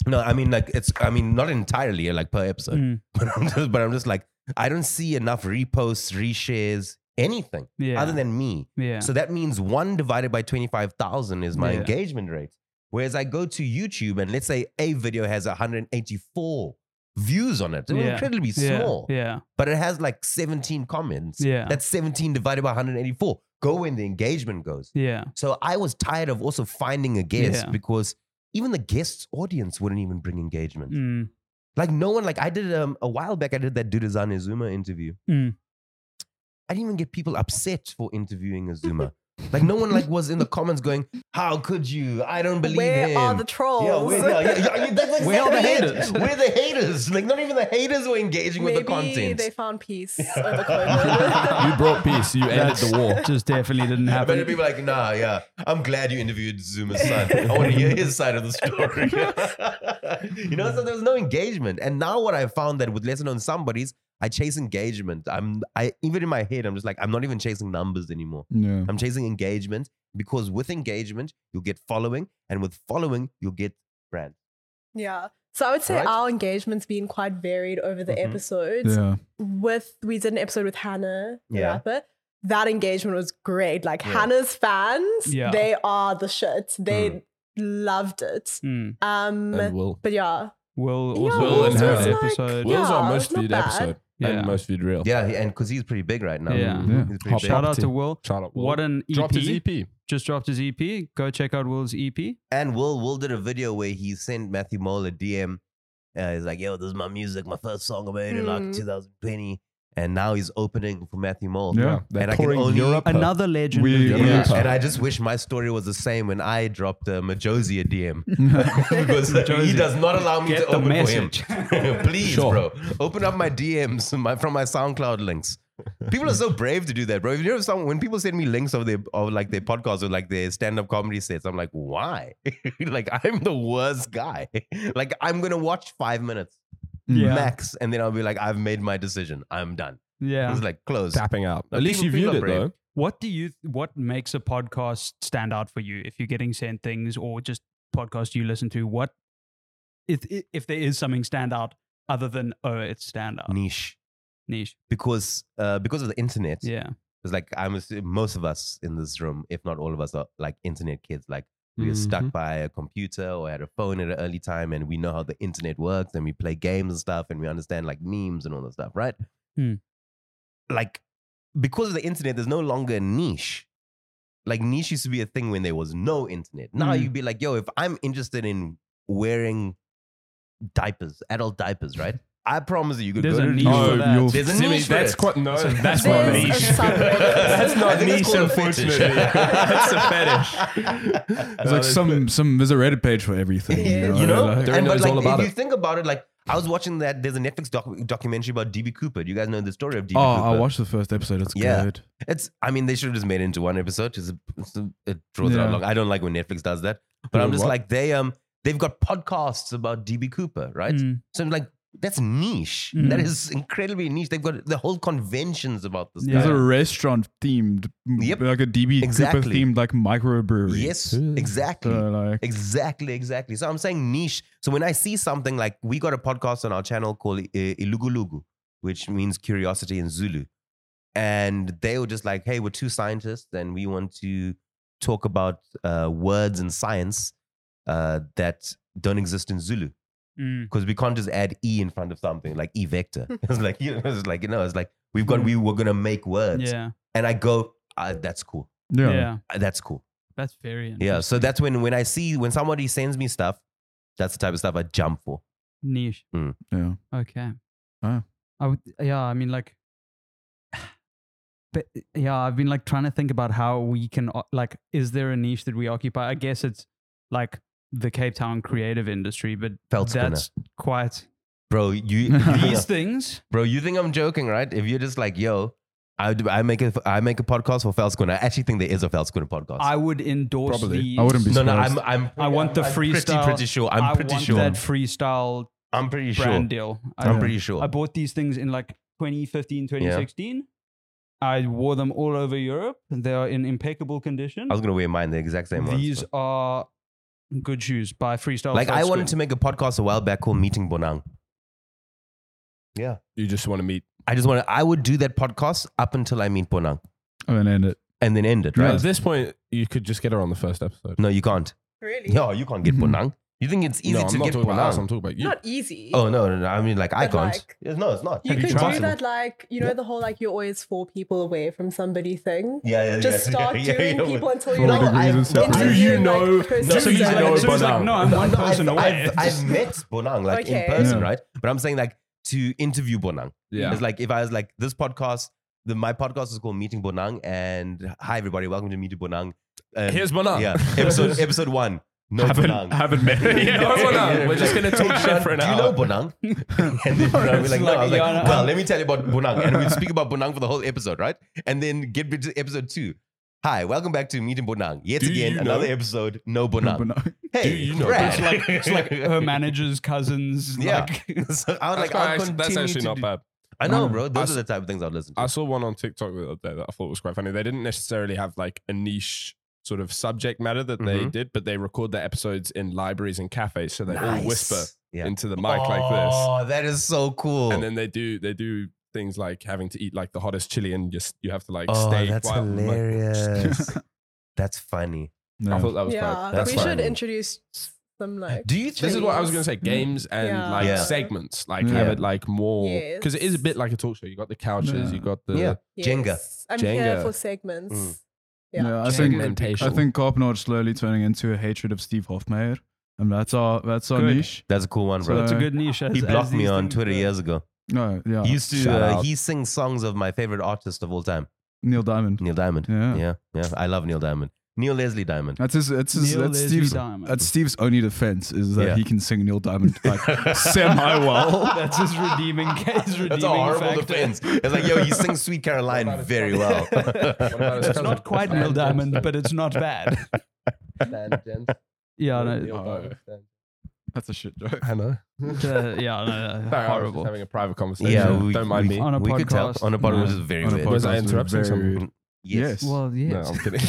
S2: No, I mean like it's I mean not entirely uh, like per episode,
S5: Mm.
S2: but I'm just but I'm just like I don't see enough reposts, reshares, anything
S5: Yeah.
S2: other than me.
S5: yeah.
S2: So that means one divided by 25,000 is my
S5: Yeah.
S2: engagement rate. Whereas I go to YouTube and let's say a video has 184 views on it. It's
S5: Yeah.
S2: incredibly
S5: yeah.
S2: small,
S5: Yeah.
S2: but it has like 17 comments.
S5: Yeah.
S2: That's 17 divided by 184. Go when the engagement goes.
S5: Yeah.
S2: So I was tired of also finding a guest
S5: Yeah.
S2: because even the guest's audience wouldn't even bring engagement.
S5: Mm.
S2: Like no one, like I did um, a while back, I did that dude Azan Azuma interview.
S5: Mm.
S2: I didn't even get people upset for interviewing Azuma. like no one like was in the comments going, "How could you? I don't believe
S4: Where
S2: him."
S4: are the trolls?
S2: yeah, where, yeah, yeah, yeah, yeah, that's
S5: Where are the
S2: exactly it.
S5: haters?
S2: Where are the haters? Like not even the haters were engaging
S4: Maybe
S2: with the content.
S4: they found peace over COVID.
S1: you brought peace. You ended
S5: That's-
S1: the war.
S5: Just definitely didn't
S2: I bet
S5: happen.
S2: people are like, nah, yeah. I'm glad you interviewed Zuma's son. I want to hear his side of the story. you know, so there was no engagement. And now what I found that with lesson on somebody's, I chase engagement. I'm I even in my head, I'm just like, I'm not even chasing numbers anymore.
S3: Yeah.
S2: I'm chasing engagement because with engagement, you'll get following, and with following, you'll get brand.
S4: yeah. So I would say
S2: Right?
S4: our engagement's been quite varied over the
S2: Mhm.
S4: episodes.
S3: Yeah.
S4: With we did an episode with Hannah, the
S2: Yeah.
S4: rapper. That engagement was great. Like
S2: Yeah.
S4: Hannah's fans,
S5: Yeah.
S4: they are the shit. They
S2: Mm.
S4: loved it.
S5: Mm.
S4: Um
S1: And Will.
S4: but yeah.
S5: Will
S4: Yeah,
S5: also
S1: Will and
S5: did
S1: her.
S5: an
S1: It's
S4: like-
S5: episode.
S4: Will-
S1: Will's our
S4: Yeah,
S1: most
S4: it's not
S1: viewed
S4: bad.
S1: episode
S5: Yeah.
S1: and most viewed reel.
S2: Yeah, and because he's pretty big right now.
S5: Yeah.
S3: Yeah.
S2: He's pretty big.
S5: Shout
S1: Shout
S5: out to Will.
S1: Shout out Will.
S5: What an E EP.
S1: Dropped his E EP.
S5: Just dropped his EP. Go check out Will's E EP.
S2: And Will Will did a video where he sent Matthew Mole a DM. Uh, he's like, "Yo, this is my music, my first song I made in like
S4: Mm.
S2: 2020," and now he's opening for Matthew Mole.
S3: Yeah.
S1: They're
S2: And I can
S1: touring
S2: only-
S1: Europe.
S5: Another legend.
S3: We-
S5: with
S1: Yeah.
S5: Will.
S1: Yeah.
S2: And I just wish my story was the same when I dropped uh, Majosi a DM because he
S5: Majosi,
S2: does not allow me to
S5: Get the
S2: open
S5: message.
S2: for him. Please,
S1: Sure.
S2: bro, open up my DMs my, from my SoundCloud links. People are so brave to do that, bro. If you know someone, when people send me links of their of like their podcasts or like their stand up comedy sets, I'm like, why? like I'm the worst guy. like I'm gonna watch five minutes
S5: Yeah.
S2: max, and then I'll be like, I've made my decision. I'm done.
S5: yeah.
S2: It's like close.
S1: Tapping out.
S2: No,
S1: At least
S2: people-
S1: you
S2: people
S1: viewed
S2: are
S1: it
S2: brave.
S1: though.
S5: What do you? What makes a podcast stand out for you? If you're getting sent things or just podcasts you listen to, what if if- if there is something stand out other than oh it's stand out
S2: Niche
S5: niche?
S2: because uh, because of the internet.
S5: Yeah.
S2: It's like I'm assu- most of us in this room, if not all of us, are like internet kids. Like we are
S5: Mm-hmm.
S2: stuck by a computer or had a phone at an early time, and we know how the internet works, and we play games and stuff, and we understand like memes and all that stuff, right?
S5: Hmm.
S2: Like because of the internet, there's no longer a niche. Like niche used to be a thing when there was no internet. Now
S5: Hmm.
S2: you'd be like, yo, if I'm interested in wearing diapers, adult diapers, right? I promise you, you could
S5: There's
S2: go
S5: a
S2: to
S5: niche
S1: No,
S5: for that.
S3: you'll-
S2: There's a
S1: Simi,
S2: niche for
S1: that's
S2: it.
S1: quite no. That's
S4: There's
S1: not
S4: a
S1: niche.
S4: sub-
S1: that's not
S2: I think it's
S1: niche,
S2: called a fetish.
S1: unfortunately. that's a fetish.
S3: It's
S1: Uh,
S3: like some some there's a Reddit page for everything.
S4: Yeah.
S2: Uh, you know,
S1: Like,
S2: and
S1: Dorito
S2: but
S1: is
S2: like
S1: all about
S2: if you
S1: it.
S2: think about it, like I was watching that. There's a Netflix doc- documentary about DB Cooper. Do you guys know the story of DB
S3: oh,
S2: Cooper?
S3: I watched the first episode. It's
S2: Yeah.
S3: good.
S2: It's. I mean, they should have just made it into one episode. It's a, it's a, it draws it out
S3: Yeah.
S2: long. I don't like when Netflix does that. But
S1: Wait,
S2: I'm just
S1: what?
S2: like they um they've got podcasts about DB Cooper, right?
S5: Mm.
S2: So I'm like that's niche.
S5: Mm.
S2: That is incredibly niche. They've got the whole conventions about this.
S5: Yeah.
S3: There's
S2: guy.
S3: a restaurant themed,
S2: Yep.
S3: like a DB Cooper
S2: Exactly.
S3: themed like microbrewery.
S2: Yes,
S1: Ooh.
S2: exactly.
S3: So like,
S2: Exactly, exactly. So I'm saying niche. So when I see something like we got a podcast on our channel called I- Ilugulugu, which means curiosity in Zulu, and they were just like, "Hey, we're two scientists, and we want to talk about uh, words and science." uh, that don't exist in Zulu
S5: Mm.
S2: because we can't just add e in front of something like e vector. it's like you know, it's like you know, it's like we've got we were gonna make words,
S5: Yeah.
S2: and I go, ah, that's cool,
S5: yeah,
S3: Yeah.
S2: Ah, that's cool.
S5: That's very interesting.
S2: Yeah, so that's when when I see when somebody sends me stuff, that's the type of stuff I jump for.
S5: niche.
S3: Yeah.
S5: Okay.
S3: Oh.
S5: I would, yeah, I mean, like, but yeah, I've been like trying to think about how we can, o- like, is there a niche that we occupy? I guess it's like the Cape Town creative industry, but
S2: Felt spinner.
S5: that's quite
S2: Bro, you, you
S5: these things.
S2: bro, you think I'm joking, right? If you're just like, yo, I, do- I make a I make a podcast for Felskun. I actually think there is a Felskun podcast.
S5: I would endorse
S1: Probably.
S5: these.
S3: I wouldn't be
S2: no, no,
S3: surprised.
S2: I'm I'm
S5: I want the
S2: I'm
S5: freestyle.
S2: Pretty, pretty sure. I'm
S5: I
S2: pretty
S5: want
S2: sure.
S5: that freestyle
S2: I'm pretty sure.
S5: brand deal. I,
S2: I'm pretty sure.
S5: I bought these things in like 2015, 2016. I wore them all over Europe. They are in impeccable condition.
S2: I was gonna wear mine the exact same ones.
S5: These
S2: but-
S5: are good shoes by Freestyle.
S2: like I wanted to
S5: Feldscreen.
S2: make a podcast a while back called Meeting Bonang. Yeah.
S1: You just want to meet.
S2: I just want to I would do that podcast up until I meet Bonang
S3: I'm gonna end it.
S2: and then end it, right?
S1: At this point, you could just get her on the first episode.
S2: No, you can't.
S4: Really?
S2: No, oh, you can't get
S3: Mhm.
S2: Bonang. You think it's easy
S1: Mm-hmm. no, I'm
S2: to
S1: not
S2: get
S1: talking about us. I'm
S2: Bonang?
S1: talking about you.
S4: Not easy.
S2: Oh no, no, no, I mean like I
S4: But,
S2: can't.
S4: like,
S2: Yes, no, it's not.
S4: You
S2: It's
S4: could do
S2: impossible.
S4: that, like, you know, the whole like you're always four people away from somebody thing.
S2: Yeah, yeah,
S4: Just
S2: yeah,
S4: start
S2: yeah,
S4: doing
S2: yeah,
S4: people until
S3: Four
S4: you
S2: No,
S4: know.
S3: degrees
S2: I-
S3: of
S2: no,
S4: into,
S1: Do
S3: separation.
S1: you
S4: like,
S1: know- No,
S4: person
S2: No,
S5: So he's
S4: seven.
S5: like,
S1: know
S5: so he's like,
S1: Bonang.
S5: no, I'm one
S2: No, I've-
S5: person away.
S2: I've, I've met Bonang like
S4: Okay.
S2: in person,
S3: Yeah.
S2: right? But I'm saying like to interview Bonang.
S1: Mm. yeah.
S2: It's like if I was like this podcast, the my podcast is called Meeting Bonang, and hi everybody, welcome to Meeting Bonang. Um,
S1: Here's Bonang.
S2: yeah, episode episode one. No Bonang.
S1: haven't met her.
S2: Yeah,
S1: no
S2: yeah,
S1: Bonang. We're just gonna talk shit for an
S2: Do you know
S1: hour.
S2: Bonang? and then Bonang was like,
S5: It's
S2: no. I
S5: like,
S2: was like,
S5: yeah, no,
S2: well,
S5: I'm-
S2: let me tell you about Bonang. And we'd speak about Bonang for the whole episode, right? And then get to episode two. Hi, welcome back to Meeting Bonang. Yet
S1: Do
S2: again,
S1: you know-
S2: another episode, no Bonang.
S3: But no.
S2: Hey,
S1: Do you know
S2: Brad.
S5: It's like, it's like her manager's cousins.
S2: Yeah.
S5: Like,
S2: so I was
S1: uh, That's,
S2: like,
S1: quite
S2: I'll
S1: actually, that's
S2: continue
S1: actually
S2: to
S1: not
S2: do-
S1: bad.
S2: I know,
S3: Um,
S2: bro. Those
S1: I
S2: are the type of things I'd listen to.
S1: I saw one on TikTok the other day that I thought was quite funny. They didn't necessarily have like a niche sort of subject matter that they
S2: Mhm.
S1: did, but they record their episodes in libraries and cafes, so they all whisper
S2: Yeah.
S1: into the mic like this,
S2: Oh, that is so cool.
S1: and then they do they do things like having to eat like the hottest chili, and just you have to like
S2: oh,
S1: stay.
S2: that's
S1: quiet. Like,
S2: hilarious. that's funny.
S1: I
S3: No.
S1: thought that was
S4: Yeah,
S1: quite-
S2: That's
S4: we
S2: fine.
S4: should introduce some like.
S2: Do you think
S1: This is what I was going to say. Games and
S4: Mm-hmm. Yeah.
S1: like
S2: Yeah.
S1: segments, like
S3: Yeah.
S1: have it like more because it is a
S4: Yes.
S1: bit like a talk show. You got the couches,
S3: Yeah.
S1: you got the
S2: Yeah. Jenga.
S4: Yes. I'm
S1: Jenga.
S4: here for segments.
S2: Mm.
S4: Yeah.
S3: No, I think I
S1: segmentation.
S3: think Carpenter's slowly turning into a hatred of Steve Hofmeyer, and that's our that's our
S5: Good.
S3: niche.
S2: That's a cool one, bro.
S5: it's a
S3: So-
S5: good niche. as-
S2: he
S5: as
S2: blocked me
S5: these
S2: on
S5: things
S2: Twitter
S5: go.
S2: years ago.
S3: No, yeah,
S2: He used to
S1: Shout
S2: uh,
S1: out.
S2: he sings songs of my favorite artist of all time,
S3: Neil Diamond.
S2: Neil Diamond.
S3: Yeah,
S2: Yeah, yeah. I love Neil Diamond. Neil Leslie Diamond.
S3: that's his. That's his.
S5: Neil
S3: that's
S5: Leslie
S3: Steve's.
S5: Diamond.
S3: That's Steve's only defense is that
S2: Yeah.
S3: he can sing Neil Diamond like semi well.
S5: That's his redeeming case. Redeeming
S2: That's a horrible
S5: factor.
S2: defense. It's like, yo, he sings Sweet Caroline very well.
S1: about his
S5: It's not quite Neil Diamond, but it's not bad. Yeah, no,
S3: That's a shit joke.
S1: I know.
S5: uh, yeah, no,
S1: Sorry, I was
S5: no,
S1: just
S5: horrible.
S1: having a private conversation.
S2: yeah,
S3: Yeah.
S2: we,
S1: don't mind
S2: we,
S1: me.
S5: On a
S2: we could tell.
S5: podcast.
S2: On a podcast,
S5: No.
S2: which is very
S3: On a
S2: weird.
S1: Was I
S3: podcast,
S1: interrupting
S3: very
S1: someone?
S3: rude.
S2: Yes.
S3: Yes.
S5: Well,
S1: No,
S5: yes.
S1: I'm kidding.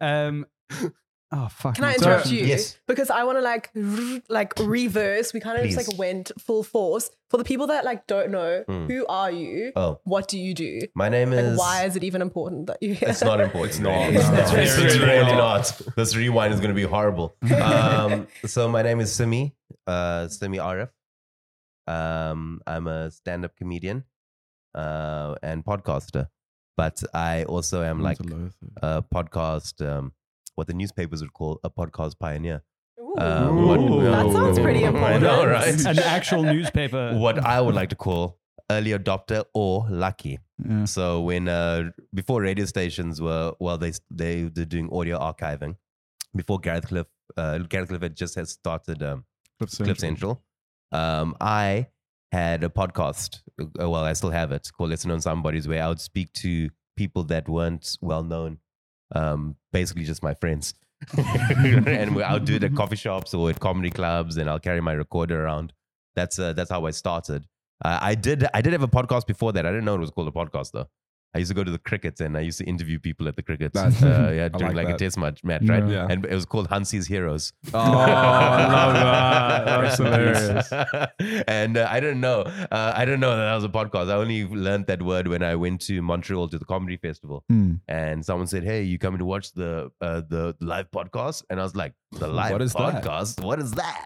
S5: Um, oh fuck.
S4: Can I
S5: my
S3: So-
S4: interrupt
S5: gosh.
S4: you?
S2: Yes.
S4: Because I want to like r- like reverse. We kind of
S2: Please.
S4: just like went full force for the people that like don't know
S2: Mm.
S4: who are you.
S2: Oh,
S4: What do you do?
S2: my name
S4: Like,
S2: is.
S4: why is it even important that you?
S2: It's not important. It's
S1: not.
S2: It's,
S1: No.
S2: not.
S1: It's
S2: It's
S1: really
S2: really
S1: not.
S2: not. This rewind is going to be horrible. Um, so my name is Simi, uh, Simi Arif. Um, I'm a stand-up comedian uh, and podcaster, but I also am like
S3: That's a low third.
S2: a podcast, um, what the newspapers would call a podcast pioneer.
S4: Ooh.
S2: Uh,
S1: Ooh.
S4: that sounds pretty
S2: I
S4: important.
S2: know, right?
S5: An actual newspaper.
S2: What I would like to call early adopter or lucky.
S3: Yeah.
S2: So when uh, before radio stations were well, they they were doing audio archiving. Before Gareth Cliff, uh, Gareth Cliff had just had started um,
S3: Clip
S2: Cliff
S3: Central.
S2: Central. Um, I had a podcast. uh, Well, I still have it called "Listen on Somebody's," where I would speak to people that weren't well known. Um, basically, just my friends. and we- I'll do it at coffee shops or at comedy clubs, and I'll carry my recorder around. That's uh, that's how I started. Uh, I did I did have a podcast before that. I didn't know it was called a podcast though. I used to go to the crickets and I used to interview people at the crickets.
S1: That's-
S2: uh, yeah,
S1: I
S2: during
S1: like
S2: like, a
S1: that.
S2: test match, match right?
S1: Yeah.
S2: And it was called Hansi's Heroes.
S1: Oh, I love that.
S3: That's hilarious.
S2: and uh, I don't know. Uh, I don't know that that was a podcast. I only learned that word when I went to Montreal to the comedy festival,
S3: Hmm.
S2: and someone said, "Hey, you coming to watch the uh, the live podcast?" And I was like, "The
S1: What
S2: live
S1: is that?"
S2: podcast? What is that?"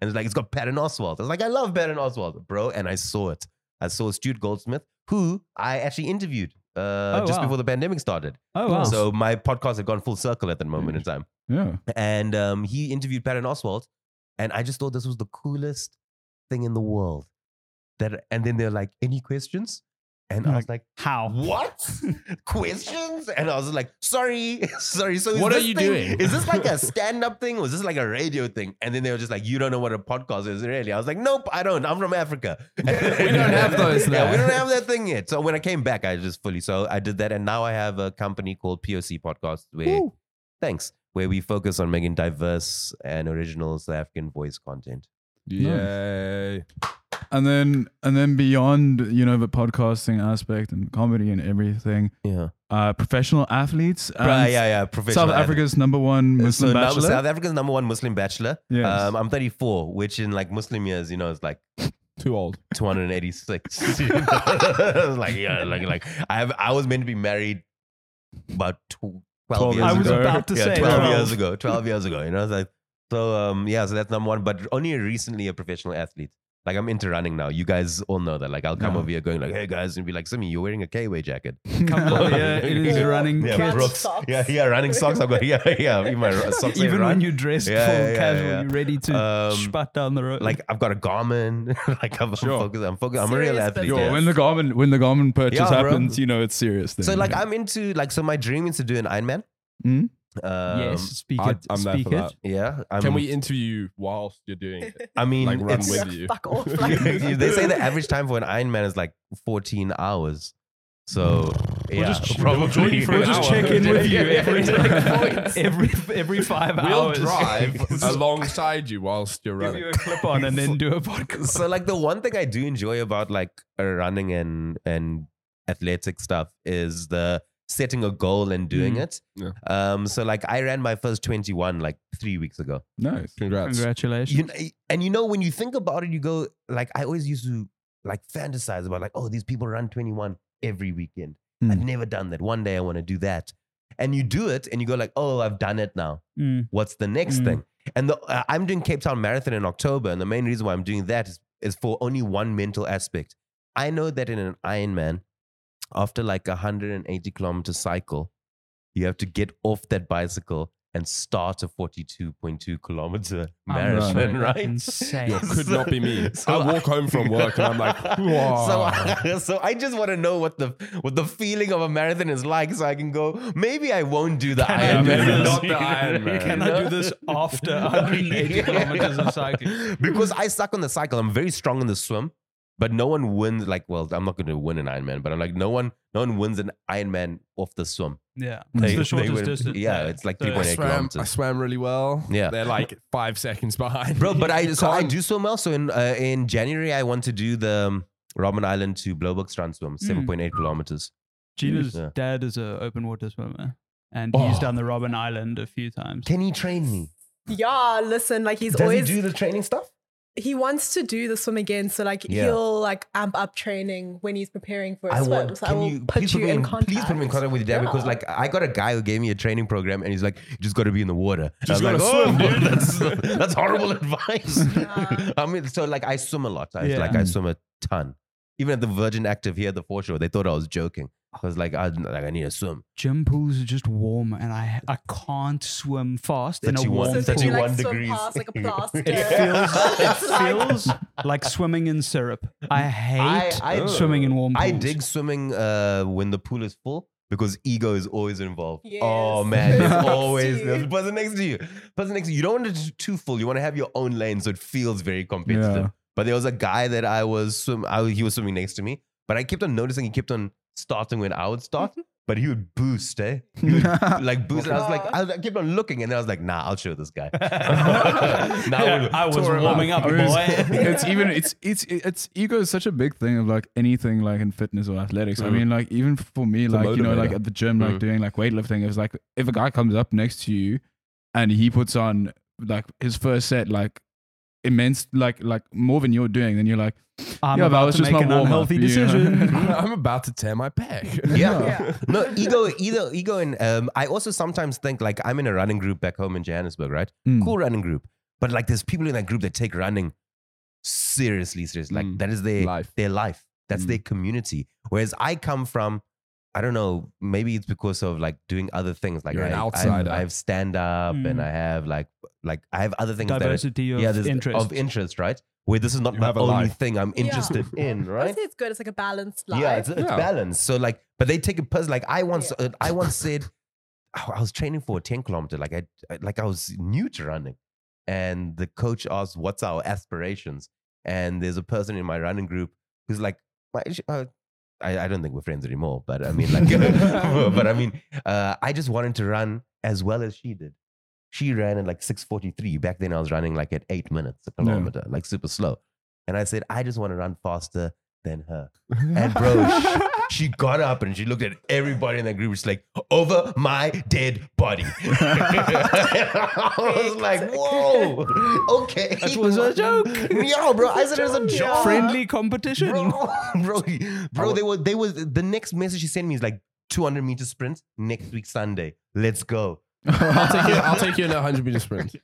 S2: And it's like it's got Patton Oswalt. I was like, "I love Patton Oswalt, bro," and I saw it. I saw Stuart Goldsmith, who I actually interviewed uh,
S5: Oh,
S2: just
S5: wow.
S2: before the pandemic started.
S5: Oh wow.
S2: So my podcast had gone full circle at that moment in time
S3: Yeah.
S2: and um, he interviewed Patton Oswalt, and I just thought this was the coolest thing in the world. That and then they're like, any questions? And I was like,
S5: How?
S2: what questions? And I was like, sorry, sorry. So is
S1: What are
S2: this
S1: you
S2: thing-
S1: doing?
S2: Is this like a stand-up thing, or is this like a radio thing? And then they were just like, you don't know what a podcast is, really. I was like, nope, I don't. I'm from Africa. we don't
S1: have those
S2: Yeah,
S1: there.
S2: we don't have that thing yet. So when I came back, I just fully so I did that, and now I have a company called POC Podcast where thanks where we focus on making diverse and original South African voice content.
S1: Yay.
S3: And then and then beyond, you know, the podcasting aspect and comedy and everything,
S2: Yeah,
S3: uh, professional athletes.
S2: yeah,
S3: and
S2: yeah. Professional
S3: South
S2: athlete.
S3: Africa's number one Muslim
S2: so now
S3: bachelor.
S2: South Africa's number one Muslim bachelor.
S3: Yes.
S2: Um, I'm 34, which in like Muslim years, you know, is like
S1: Too old.
S2: 286. you know? like yeah, like like I have I was meant to be married about two, 12,
S3: 12
S2: years
S5: I was
S2: ago.
S5: about to
S2: yeah,
S5: say
S2: 12
S5: that.
S2: years ago. 12 years ago. You know, it's like so um yeah, so that's number one. But only recently a professional athlete. Like I'm into running now. You guys all know that. Like I'll come
S3: Yeah.
S2: over here going like, hey guys, and be like, Simi, you're wearing a K-Way jacket.
S5: Come over here. It is
S2: Yeah,
S5: running
S4: Yeah,
S5: kit.
S4: bro.
S2: Brooks.
S4: socks.
S2: Yeah, yeah, running socks. I've got yeah, yeah. Even my socks. they
S5: Even
S2: run.
S5: when you dress
S2: Yeah,
S5: full
S2: yeah,
S5: casual,
S2: yeah.
S5: you're ready to
S2: Um,
S5: spat down the road.
S2: like I've got a Garmin. like I'm,
S1: Sure.
S2: I'm focused. I'm focused. I'm a real
S4: Serious
S2: athlete.
S3: Yo,
S4: business.
S2: yeah.
S3: when the Garmin when the Garmin purchase
S2: Yeah, bro.
S3: happens, you know it's serious. Then,
S2: So like
S3: yeah.
S2: I'm into like so my dream is to do an Ironman.
S3: Mm.
S2: Um,
S5: yes, speak
S1: I-
S5: it.
S1: I'm there
S5: speak
S1: for that.
S5: it.
S2: Yeah. I'm,
S1: Can we interview you whilst you're doing it?
S2: I mean,
S1: like run
S2: it's-
S1: with you?
S4: Fuck off. Like,
S2: they say the average time for an Ironman is like 14 hours. So yeah,
S5: just ch-
S2: probably
S1: for an We'll just hour. check in
S5: with you every-
S2: yeah.
S5: Every every 5
S1: We'll
S5: hours,
S1: drive
S2: Uh,
S1: alongside you whilst you're
S5: give
S1: running.
S5: you a clip on, and then do a podcast.
S2: so like the one thing I do enjoy about like uh, running and and athletic stuff is the setting a goal and doing
S5: Mm.
S2: it.
S1: Yeah.
S2: Um, so like I ran my first 21 like three weeks ago.
S3: nice.
S1: Congrats.
S5: Congratulations.
S2: You kn- and you know when you think about it, you go like I always used to like fantasize about like oh these people run 21 every weekend. I've
S3: Mm.
S2: never done that. One day I want to do that. And you do it, and you go like, "Oh, I've done it now.
S5: Mm.
S2: What's the next
S5: Mm.
S2: thing?" And the, uh, I'm doing Cape Town Marathon in October, and the main reason why I'm doing that is, is for only one mental aspect. I know that in an Ironman, after like a 180 kilometer cycle, you have to get off that bicycle and start a 42.2 kilometer marathon,
S5: Unreal.
S2: right?
S5: Insane.
S2: Yeah.
S1: Could not be me.
S2: So
S1: I walk home from work and I'm like,
S2: so,
S1: "Whoa."
S2: I, so I just want to know what the what the feeling of a marathon is like, so I can go. Maybe I won't do the
S5: Can I
S2: Iron
S5: do
S2: Man,
S5: this?
S2: not the
S5: Can
S2: Iron Man.
S5: Can I do this after 180 kilometers of cycling?
S2: Because I suck on the cycle. I'm very strong in the swim, but no one wins. Like, well, I'm not going to win an Ironman, but I'm like, no one, no one wins an Ironman off the swim.
S5: Yeah,
S2: They-
S5: it's
S2: they
S5: the shortest
S2: win.
S5: distance.
S2: Yeah, it's like
S5: So-
S2: 3.8
S1: I swam, I
S2: kilometers.
S1: swam really well.
S2: Yeah.
S1: They're like five seconds behind.
S2: Bro, but I
S1: You
S2: so I
S1: can't-
S2: do swim well. So in uh, in January, I want to do the um, Robben Island to Blaubergstrand swim, seven point eight kilometers.
S5: Gina's
S2: Yeah.
S5: dad is an open water swimmer, and
S1: Oh.
S5: he's done the Robin Island a few times.
S2: Can he train me?
S4: yeah, listen, like he's
S2: Does
S4: always
S2: he do the training stuff?
S4: he wants to do the swim again, so like
S2: Yeah.
S4: he'll like amp up training when he's preparing for a
S2: I
S4: swim.
S2: want.
S4: so I
S2: can
S4: will
S2: you
S4: put
S2: please
S4: you
S2: put me
S4: in
S2: in,
S4: contact.
S2: Please put me in contact with your dad
S4: Yeah.
S2: because, like, I got a guy who gave me a training program, and he's like, "You just got to be in the water." And
S1: Just
S2: I was
S1: gotta
S2: like,
S1: swim,
S2: "Oh,
S1: dude."
S2: That's, that's horrible advice.
S4: Yeah.
S2: I mean, so like, I swim a lot. I
S5: Yeah.
S2: like I swim a ton. Even at the Virgin Active here at the foreshore, they thought I was joking. I was like, I like I need to swim.
S5: Gym pools are just warm, and I I can't swim fast in a
S2: 31
S4: So
S5: warm pool.
S4: did you like
S2: 31
S4: swim
S2: degrees.
S4: past like a plaster?
S2: It
S5: feels, it
S4: It's like-
S5: feels like swimming in syrup. I hate
S2: I-
S5: swimming in warm pools.
S2: I dig swimming uh, when the pool is full because ego is always involved.
S4: Yes.
S2: Oh man,
S4: Next
S2: it's
S4: to
S2: always
S4: you.
S2: there's a person next to you. Person next to you. You don't want it to be too full. You want to have your own lane, so it feels very competitive.
S3: Yeah.
S2: But there was a guy that I was swim. I, he was swimming next to me, but I kept on noticing he kept on starting when I would start. but he would boost, eh? He would, like boost. And I was like, I, was- I kept on looking, and then I was like, nah, I'll show this guy. Now we'll
S6: I was
S2: tore him
S6: warming up, boy.
S3: it's even it's it's it's ego is such a big thing of like anything like in fitness or athletics. I
S1: Mm.
S3: mean, like even for me,
S1: It's a
S3: like you know, like
S1: motivator.
S3: at the gym, like
S1: Mm.
S3: doing like weightlifting, it's like if a guy comes up next to you and he puts on like his first set, like immense, like like more than you're doing, then you're like,
S5: I'm
S3: Yeah, but I
S5: about
S3: was
S5: to
S3: just
S5: make
S3: my
S5: an
S3: warm-up,
S5: unhealthy
S3: yeah.
S5: decision.
S1: I'm about to tear my back.
S2: Yeah.
S4: Yeah.
S2: no, ego, ego, ego, and um, I also sometimes think like I'm in a running group back home in Johannesburg, right?
S3: "Hmm,
S2: Cool running group, but like there's people in that group that take running seriously, seriously. Like
S1: Mm.
S2: that is their
S1: Life. Hmm.
S2: their life. That's their community. Whereas I come from, I don't know, maybe it's because of like doing other things. Like
S1: You're
S2: I,
S1: an
S2: I-
S1: outsider.
S2: I, have stand up and
S4: Hmm.
S5: Mm.
S2: I have like like I have other things
S5: Diversity
S2: that
S5: of
S2: are, yeah, there's-
S5: interest.
S2: of interest, right? Where this is not
S1: You
S2: my
S1: have a
S2: only
S1: life.
S2: thing I'm
S4: Yeah.
S2: interested in,
S4: I would
S2: right?
S4: say it's good. It's like a balanced life.
S2: Yeah, it's, it's
S1: Yeah.
S2: balanced. So like, but they take it personally. Like I once,
S4: Yeah.
S2: uh, I once said, "Oh, I I was training for a ten kilometer. Like I, I- like I was new to running, and the coach asked, "What's our aspirations?" And there's a person in my running group who's like, "My." Uh, I, I don't think we're friends anymore, but I mean, like, but I mean, uh, I just wanted to run as well as she did. She ran at like 6:43. Back then, I was running like at eight minutes a
S3: Yeah.
S2: kilometer, like super slow. And I said, I just want to run faster than her. And bro, she, she got up and she looked at everybody in that group. She's like, over my dead body. I was like, whoa, okay.
S5: That was a joke.
S2: Yeah, bro. I said it was a
S4: Yeah.
S2: joke.
S5: Friendly competition.
S2: Bro, bro, bro, they were, they was the next message she sent me is like 200 meter sprint next week, Sunday. Let's go.
S1: I'll take you. I'll take you in a hundred meter sprint.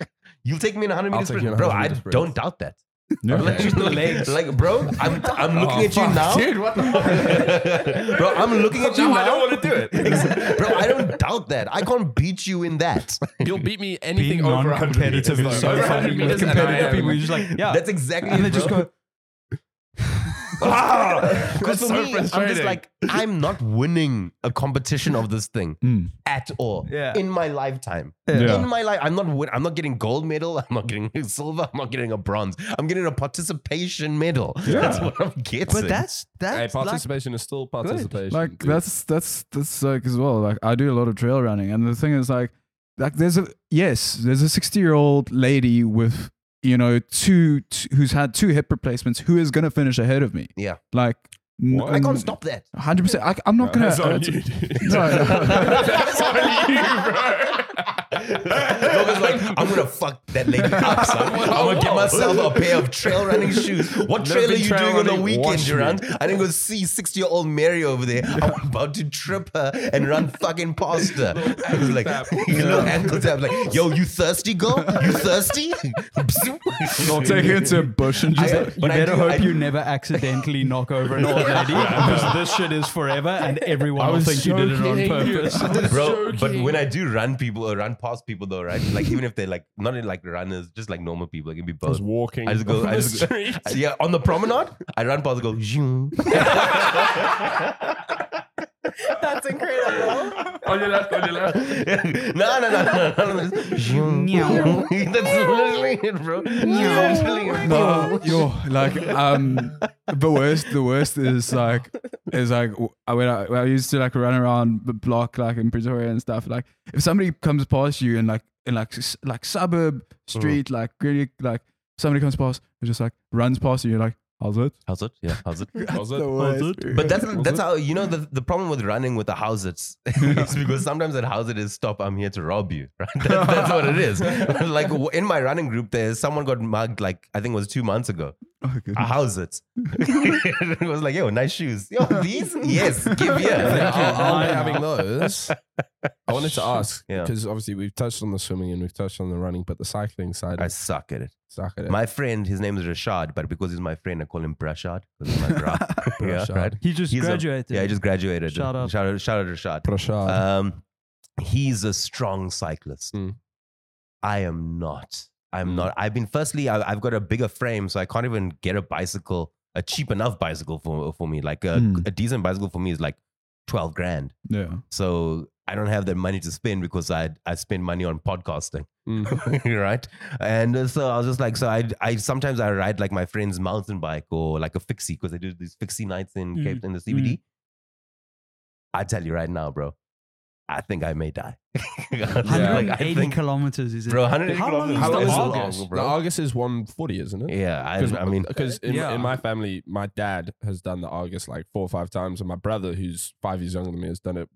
S2: You'll take me in a 100
S1: I'll
S2: meter
S1: take you
S2: sprint.
S1: in a
S2: Bro,
S1: 100
S2: I
S1: meter sprint.
S2: don't doubt that.
S3: no."
S2: Like, like, like, bro, I'm, I'm looking
S1: Oh,
S2: at you
S1: fuck,
S2: now.
S1: dude. What the?
S2: bro, I'm looking at you
S1: No,
S2: now.
S1: I don't want to do it.
S2: Exa- Bro, I don't doubt that. I can't beat you in that.
S1: You'll beat me anything
S5: Being
S1: over 100 meters.
S5: non-competitive is
S1: though.
S5: so
S1: Over
S5: funny
S1: 100
S5: with
S1: meters and I
S5: competitive
S1: am-
S5: people. You're just like, yeah,
S2: That's exactly
S5: and they
S2: it, bro.
S5: just go,
S2: Because for
S1: so
S2: me, I'm just
S1: frustrating.
S2: like, I'm not winning a competition of this thing
S3: Mm.
S2: at all
S5: Yeah.
S2: in my lifetime.
S3: Yeah.
S2: In my life, I'm not win- I'm not getting gold medal. I'm not getting silver. I'm not getting a bronze. I'm getting a participation medal. That's what I'm getting.
S5: but that's
S1: Hey,
S5: that's like,
S1: participation is still participation.
S3: like
S1: dude.
S3: that's that's that's like as well like i do a lot of trail running and the thing is like like there's a yes there's a 60 year old lady with you know two, t- who's had two hip replacements who is going to finish ahead of me
S2: Yeah.
S3: like n-
S1: What?
S2: I can't stop that.
S3: 100% I, i'm not going
S1: That's on
S3: to
S1: you, dude.
S2: That's on you, bro. Nova's like, I'm gonna fuck that lady up. Son. I'm gonna get myself a pair of trail running shoes. What trail are
S1: been
S2: you
S1: trail
S2: doing on the
S1: running.
S2: weekend,
S1: Watch me.
S2: Durant? I didn't go see 60 year old Mary over there. I'm about to trip her and run fucking past her. He's like,
S1: tap.
S2: you know, ankle tap. Like, yo, you thirsty, girl? You thirsty?
S3: take her into a bush and just
S2: I-
S5: you
S2: but
S5: better
S2: do-
S5: hope
S2: I-
S5: you never accidentally knock over an old lady because this shit is forever and everyone will think you did it on purpose.
S2: bro. But when I do run people or run past people though, right? Like even if they're like not in like runners, just like normal people, it can be
S1: I was
S2: both.
S1: walking.
S2: I just go.
S1: on
S2: I
S1: the
S2: just go
S1: street.
S2: yeah, on the promenade, I run past. I go. "Zoom."
S4: That's incredible.
S1: on your left, on your left.
S2: no, no, no, no, no, no. just, "Zoom."
S5: Meow.
S2: That's literally it, bro. That's literally it.
S3: No, yo, like um, the worst. The worst is like is like w- I- when I, when I used to like run around the block like in Pretoria and stuff. Like if somebody comes past you in like in like s- like suburb street, like really like somebody comes past, and just like runs past you. You're like, how's it?
S2: How's it? Yeah, how's it?
S1: Was it?
S3: The worst.
S2: But that's that's how you know the, the problem with running with the houses is because sometimes that house it is stop. I'm here to rob you. Right? That's, that's what it is. like w- in my running group, there someone got mugged. Like I think it was two months ago.
S3: Oh, goodness.
S2: A house it. it was like yo, nice shoes. Yo, these yes, give here.
S1: I'll, I'll be
S5: Fine.
S1: "Oh, having those. I wanted to ask
S2: Yeah.
S1: because obviously we've touched on the swimming and we've touched on the running, but the cycling side
S2: I
S1: is
S2: suck at it.
S1: suck at it.
S2: My friend, his name is Rashad, but because he's my friend, I call him Prashad. 'cause he's my bra. yeah,
S1: Prashad.
S2: right?
S5: He just
S2: He's a-
S5: graduated.
S2: yeah, he just graduated.
S5: Shout out.
S2: Shout out, shout out Rashad.
S1: Prashad.
S2: Um, he's a strong cyclist.
S5: Hmm.
S1: Mm.
S2: I am not. I'm
S1: Mm.
S2: not. I've been. Firstly, I, I've got a bigger frame, so I can't even get a bicycle, a cheap enough bicycle for for me. Like a,
S5: Hmm.
S3: Mm.
S2: a decent bicycle for me is like twelve grand.
S3: yeah.
S2: So I don't have that money to spend because I I spend money on podcasting,
S1: Mm.
S2: right? And uh, so I was just like, so I I sometimes I ride like my friend's
S1: Mm,
S2: mountain bike or like a fixie because I do these fixie nights in Cape in the CBD. I tell you right now, bro, I think I may die. Like,
S5: 180
S2: I think,
S5: kilometers is it?
S2: bro, 180
S5: How long
S2: kilometers.
S5: is
S1: How long is
S5: the
S2: is
S1: the
S5: Argus?
S2: long,
S1: The
S2: bro?
S1: Argus is 140, isn't it?
S2: yeah, I, I mean,
S1: because in,
S5: yeah.
S1: in my family, my dad has done the Argus like four or five times, and my brother, who's five years younger than me, has done it,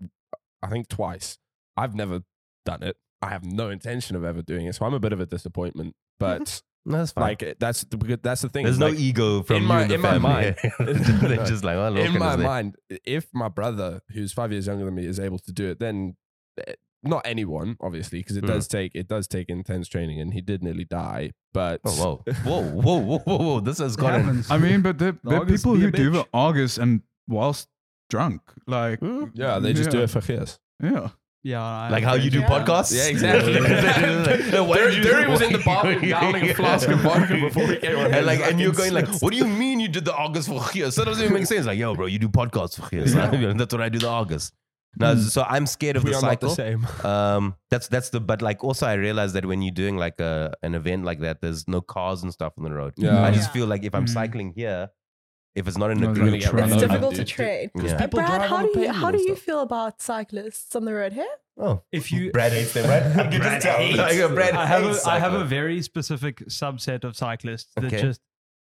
S1: I think, twice. I've never done it. I have no intention of ever doing it, so I'm a bit of a disappointment. But
S2: no, that's fine.
S1: like, it- that's the, because that's the thing.
S2: There's
S1: is,
S2: no
S1: like,
S2: ego from
S1: in
S2: you
S1: my-
S2: and the
S1: in my
S2: family.
S1: mind-
S2: They're just like, oh,
S1: in my mind, if my brother, who's five years younger than me, is able to do it, then eh, not anyone, obviously, because it
S2: Mm.
S1: does take it does take intense training, and he did nearly die. But
S2: Oh, whoa, whoa, whoa, whoa, whoa, whoa! This has
S5: It
S2: gone. in-
S5: happens.
S3: I mean, but there, there are
S5: August
S3: people
S5: be a
S3: who do
S5: bitch.
S3: the August and whilst drunk. Like,
S1: Mm. yeah, they just do it for his.
S3: Yeah.
S5: yeah, I-
S2: Like how you do
S4: Yeah.
S2: podcasts?
S1: Yeah, exactly.
S2: Why did
S1: Derry
S2: you-
S1: Derry was in the bar downing a flask of vodka before we came on.
S2: And like, and you're
S1: It's-
S2: going like, what do you mean you did the August for here? So that doesn't even make sense. Like, yo, bro, you do podcasts for here. That's what I do the August. No, so I'm scared of
S1: we
S2: the
S1: are not
S2: cycle.
S1: the same.
S2: Um, that's that's the but like also I realize that when you're doing like a an event like that, there's no cars and stuff on the road.
S1: Yeah.
S2: I just
S4: Yeah.
S2: feel like if I'm
S5: Mm.
S2: cycling here, if it's not in
S3: No,
S2: a
S3: it's
S2: group,
S3: gonna get run
S4: It's
S3: over,
S4: difficult to
S1: dude.
S4: trade.
S2: Yeah.
S4: Hey,
S1: People
S4: Brad,
S1: drive
S4: how
S1: on
S4: do you
S1: pavement
S4: how do
S1: and
S4: you
S1: stuff.
S4: feel about cyclists on the road here?
S2: Oh,
S5: if you
S2: Brad hates them, right? You
S5: Brad
S2: just tell.
S5: hates-
S2: Like, Brad
S5: I have,
S2: hates
S5: a, I have a
S2: cycling.
S5: very specific subset of cyclists that
S2: Okay.
S5: just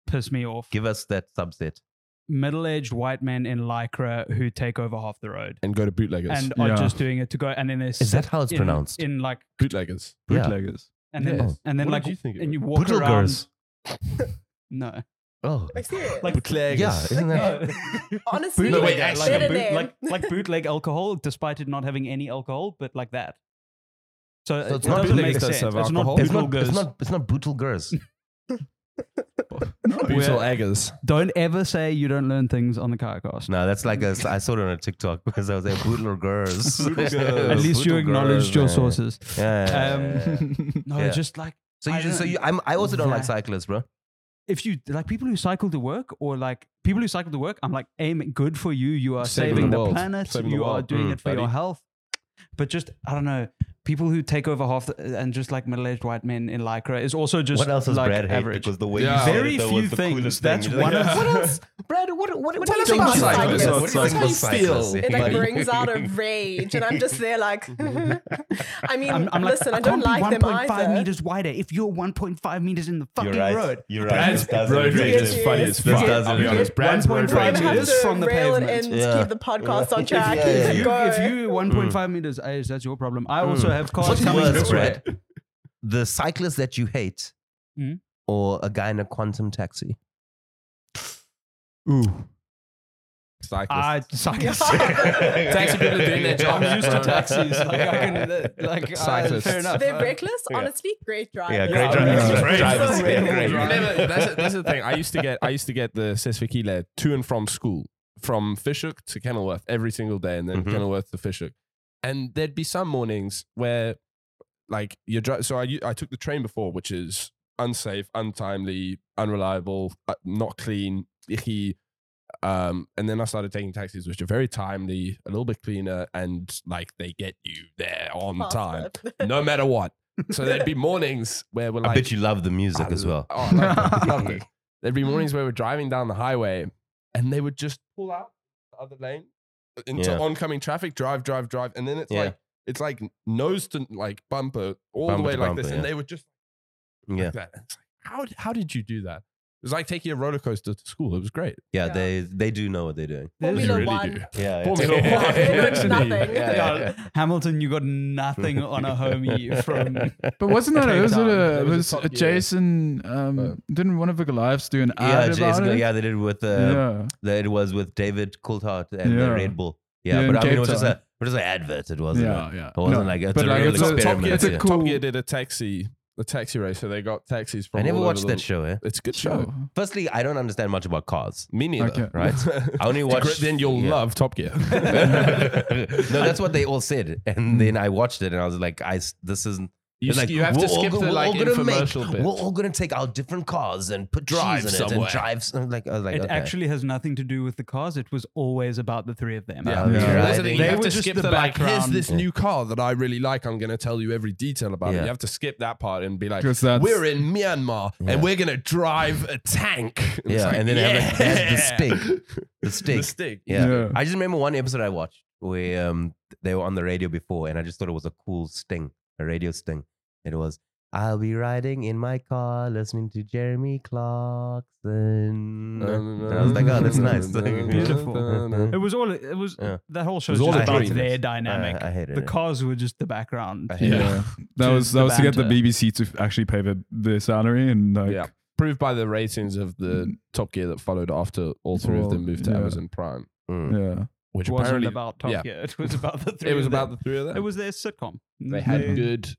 S5: piss me off.
S2: Give us that subset.
S5: Middle-aged white men in lycra who take over half the road
S1: And go to bootleggers.
S5: and
S3: Yeah.
S5: are just doing it to go. And then they
S2: Is that how it's
S5: in,
S2: pronounced?
S5: in like
S1: bootleggers.
S2: Yeah.
S3: Bootleggers.
S5: and then
S2: Yes.
S5: and then
S1: What
S5: like
S1: did you think it
S5: and
S1: was?
S5: you walk
S2: Bootleggers.
S5: around. No,
S2: Oh,
S4: Like, serious.
S5: Like-
S1: Bootleggers.
S2: yeah, isn't that?
S4: honestly,
S1: No, wait,
S4: better
S5: like, a
S1: actually,
S5: boot,
S4: name.
S5: like like bootleg alcohol, despite it not having any alcohol, but like that. So,
S2: So it's
S5: it
S2: not
S5: doesn't
S1: bootleggers
S5: make
S1: does
S5: sense.
S1: have
S5: It's not
S1: alcohol?
S2: It's not,
S5: bootleggers.
S2: it's not. It's not bootleggers.
S1: Bootleggers.
S5: Don't ever say you don't learn things on the Carcast.
S2: no, that's like a. I saw it on a TikTok because I was like bootleggers.
S1: Bootleggers.
S5: At least you
S2: Bootleggers,
S5: acknowledged your
S2: man.
S5: sources.
S2: Yeah. yeah,
S5: Um,
S2: yeah, yeah.
S5: No,
S2: Yeah.
S5: just like
S2: so you
S5: I
S2: just. So
S5: don't-
S2: you. I'm, I also don't like
S5: Yeah.
S2: cyclists, bro.
S5: if you like people who cycle to work or like people who cycle to work, I'm like, aim good for you. You are
S1: Saving
S5: saving,
S1: the
S5: the,
S1: world.
S5: planet.
S1: Saving the
S5: you are
S1: world.
S5: doing
S2: Mm,
S5: it for your
S1: buddy.
S5: health. But just I don't know, people who take over half the, and just like middle-aged white men in lycra is also just
S2: what else does
S5: like
S2: Brad hate?
S5: average.
S2: Because the way
S1: Yeah.
S2: you said
S5: Very
S2: it, though,
S5: few
S2: was the
S5: things.
S2: coolest
S5: That's
S2: thing. You're
S5: one
S2: like,
S5: of-
S4: what else, Brad? What what, what do you
S1: us
S4: think
S1: about
S4: about
S1: cyclists.
S4: cyclists?
S1: What
S4: What
S1: do you
S4: do
S1: think
S4: you
S1: about cyclists?
S4: It like
S1: Buddy.
S4: brings out a rage, and I'm just there like, I mean,
S5: I'm, I'm like,
S4: listen, I,
S5: I
S4: don't
S5: can't
S4: like
S5: be
S4: them
S5: 1.5
S4: either.
S5: meters wider if you're 1.5 meters in the fucking
S2: You're right.
S5: road.
S2: You're right.
S1: Brad's
S2: This doesn't make
S1: road rage
S4: really
S2: sense.
S1: is funny as
S2: This
S1: fuck. I'll
S2: doesn't
S1: be
S2: make
S1: honest. Brad's road
S5: 1.5
S1: rage
S4: I'm gonna have
S5: meters
S1: is
S4: to
S5: from the
S4: rail it
S5: pavement.
S4: in to
S2: Yeah.
S4: keep the podcast on
S2: Yeah, Mm.
S4: track.
S2: yeah,
S5: If you,
S4: Go.
S5: if you 1.5 meters age, that's your problem. I also have cars
S2: What's
S5: coming
S2: worse,
S5: this way.
S2: Mm. Brad? The cyclist that you hate,
S5: Mm.
S2: or a guy in a quantum taxi?
S5: Ooh.
S1: cyclists.
S5: I cyclists.
S1: Taxi people are doing their job.
S5: I'm used to taxis. Like, I can, like, uh,
S1: Cyclists.
S5: fair enough.
S4: They're
S5: Uh,
S4: reckless,
S2: Yeah.
S4: honestly. Great drive.
S2: Yeah,
S1: Yeah,
S2: great drivers.
S1: yeah.
S2: Great drivers.
S4: So
S2: Yeah,
S4: great.
S2: great
S1: You
S2: drivers.
S1: never- that's, that's the thing. I used to get I used to get the Sesvikile to and from school from Fishhook to Kenilworth every single day, and then
S2: Mhm.
S1: Kenilworth to Fishhook. And there'd be some mornings where, like, you're dri- so I u- I took the train before, which is unsafe, untimely, unreliable, uh, not clean, icky. Um, and then I started taking taxis, which are very timely, a little bit cleaner, and like they get you there on time,
S4: Faster.
S1: no matter what. So there'd be mornings where we're like,
S2: I bet you love the music
S1: I
S2: as well.
S1: Oh, I loved it, loved it. There'd be mornings where we're driving down the highway and they would just pull out the other lane into
S2: Yeah.
S1: oncoming traffic, drive, drive, drive. And then it's
S2: Yeah.
S1: like, it's like nose to like bumper all
S2: Bumper
S1: the way
S2: to
S1: like
S2: bumper,
S1: this.
S2: yeah.
S1: And they would just like
S2: Yeah,
S1: that. It's like, how, how did you do that? It was like taking a roller coaster to school. It was great.
S2: yeah,
S4: Yeah.
S2: they they do know what they're doing.
S4: Formula
S1: You really
S4: One.
S1: do.
S2: Yeah,
S1: Formula One.
S4: Literally. Nothing.
S2: Yeah, yeah.
S5: Hamilton, you got nothing on a homie from.
S3: But wasn't that
S5: Cape
S3: was it
S5: Town.
S1: There
S3: a
S1: was a
S3: was
S1: top-
S3: a Jason um
S1: Uh,
S3: didn't one of the Goliaths do an
S2: Yeah,
S3: ad about
S2: Jason,
S3: it?
S2: yeah, they did it with uh,
S3: yeah.
S2: the, it was with David Coulthard and
S3: Yeah.
S2: the Red Bull. Yeah,
S3: Yeah, in
S2: but I mean,
S3: Cape
S2: it was just
S3: Town.
S2: a it was just an advert. It wasn't. a-
S3: yeah, yeah.
S2: It wasn't like it's
S3: But
S2: a
S3: like,
S2: real
S3: it's a- Top Gear-
S2: experiment.
S3: it's a
S2: yeah.
S3: cool-
S1: Top Gear did a taxi, a taxi race. So they got taxis from
S2: I never
S1: all over
S2: watched
S1: the-
S2: that show. Eh?
S1: It's a good show.
S3: Sure.
S2: Firstly, I don't understand much about cars.
S1: Me neither.
S3: Okay.
S2: Right. I only watched.
S1: then you'll
S2: yeah.
S1: love Top Gear.
S2: no, that's what they all said, and then I watched it, and I was like, "I s- this isn't."
S1: Hmm. You,
S2: It's like,
S1: you have
S2: we're
S1: to
S2: all
S1: skip
S2: go-
S1: the
S2: we're all
S1: like
S2: gonna make-
S1: infomercial bit.
S2: We're all gonna take our different cars and put drive
S1: Drive
S2: cheese in
S1: somewhere.
S2: it and drive. some- Like I was like,
S5: it
S2: okay.
S5: actually has nothing to do with the cars. It was always about the three of them.
S2: Yeah.
S3: Yeah.
S2: Yeah.
S1: That's the thing, You
S5: They
S1: have
S5: were
S1: to
S5: just
S1: skip
S5: the
S1: the, like. Here's
S5: background.
S1: this
S2: Yeah.
S1: new car that I really like. I'm going to tell you every detail about it.
S2: Yeah.
S1: You have to skip that part and be like,
S3: Because that's
S1: "We're in Myanmar
S2: Yeah.
S1: and we're going to drive a tank." And it's
S2: Yeah,
S1: like,
S2: and then have a-
S1: yeah.
S2: have the stick. the
S1: The
S2: stick.
S1: stick.
S2: Yeah.
S3: Yeah.
S2: I just remember one episode I watched where um, they were on the radio before, and I just thought it was a cool sting, a radio sting. It was, I'll be riding in my car listening to Jeremy Clarkson.
S1: Uh,
S2: and I was like, oh, that's nice.
S5: It was all. It was
S2: Yeah.
S5: that whole show
S1: It was
S5: was
S1: all about
S5: just about
S1: dreams.
S5: their
S2: I,
S5: dynamic.
S2: I hate it.
S5: the cars were just the background.
S2: I hate
S3: Yeah.
S2: it.
S3: That
S5: To
S3: was that
S5: the
S3: was to get the
S5: banter.
S3: BBC to actually pay the, their salary and like
S1: Yeah. Proved by the ratings of the Top Gear that followed after all three of them moved to
S3: Yeah.
S1: Amazon Prime,
S2: Mm.
S3: yeah.
S1: which
S5: It wasn't
S1: apparently
S5: about Top
S1: yeah.
S5: Gear. It was about the three.
S1: it was
S5: of
S1: about
S5: them.
S1: the three of them.
S5: It was their sitcom.
S1: they had
S5: Their
S1: good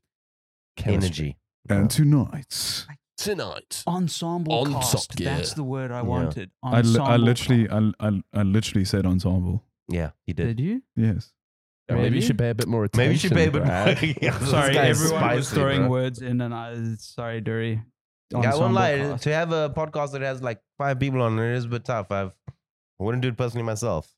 S1: chemistry.
S2: Energy.
S3: And tonight,
S1: tonight.
S5: ensemble
S1: On
S5: cast.
S1: Top Gear.
S5: That's the word I
S2: Yeah.
S5: wanted.
S3: I, li- I
S5: Ensemble
S3: literally
S5: cast.
S3: I, I I literally said ensemble.
S2: Yeah, he did.
S5: did you?
S3: Yes.
S1: Yeah, Maybe
S5: Maybe?
S1: you should pay a bit more attention.
S2: Maybe you should pay a bit
S1: Brad.
S2: more. Yeah, this
S5: Sorry,
S2: guy is
S5: everyone was
S2: spicy,
S5: throwing
S2: bro.
S5: words in, and I sorry, Dury.
S2: Yeah, I won't
S5: Ensemble
S2: lie.
S5: cast.
S2: To have a podcast that has like five people on it is a bit tough. I've, I wouldn't do it personally myself.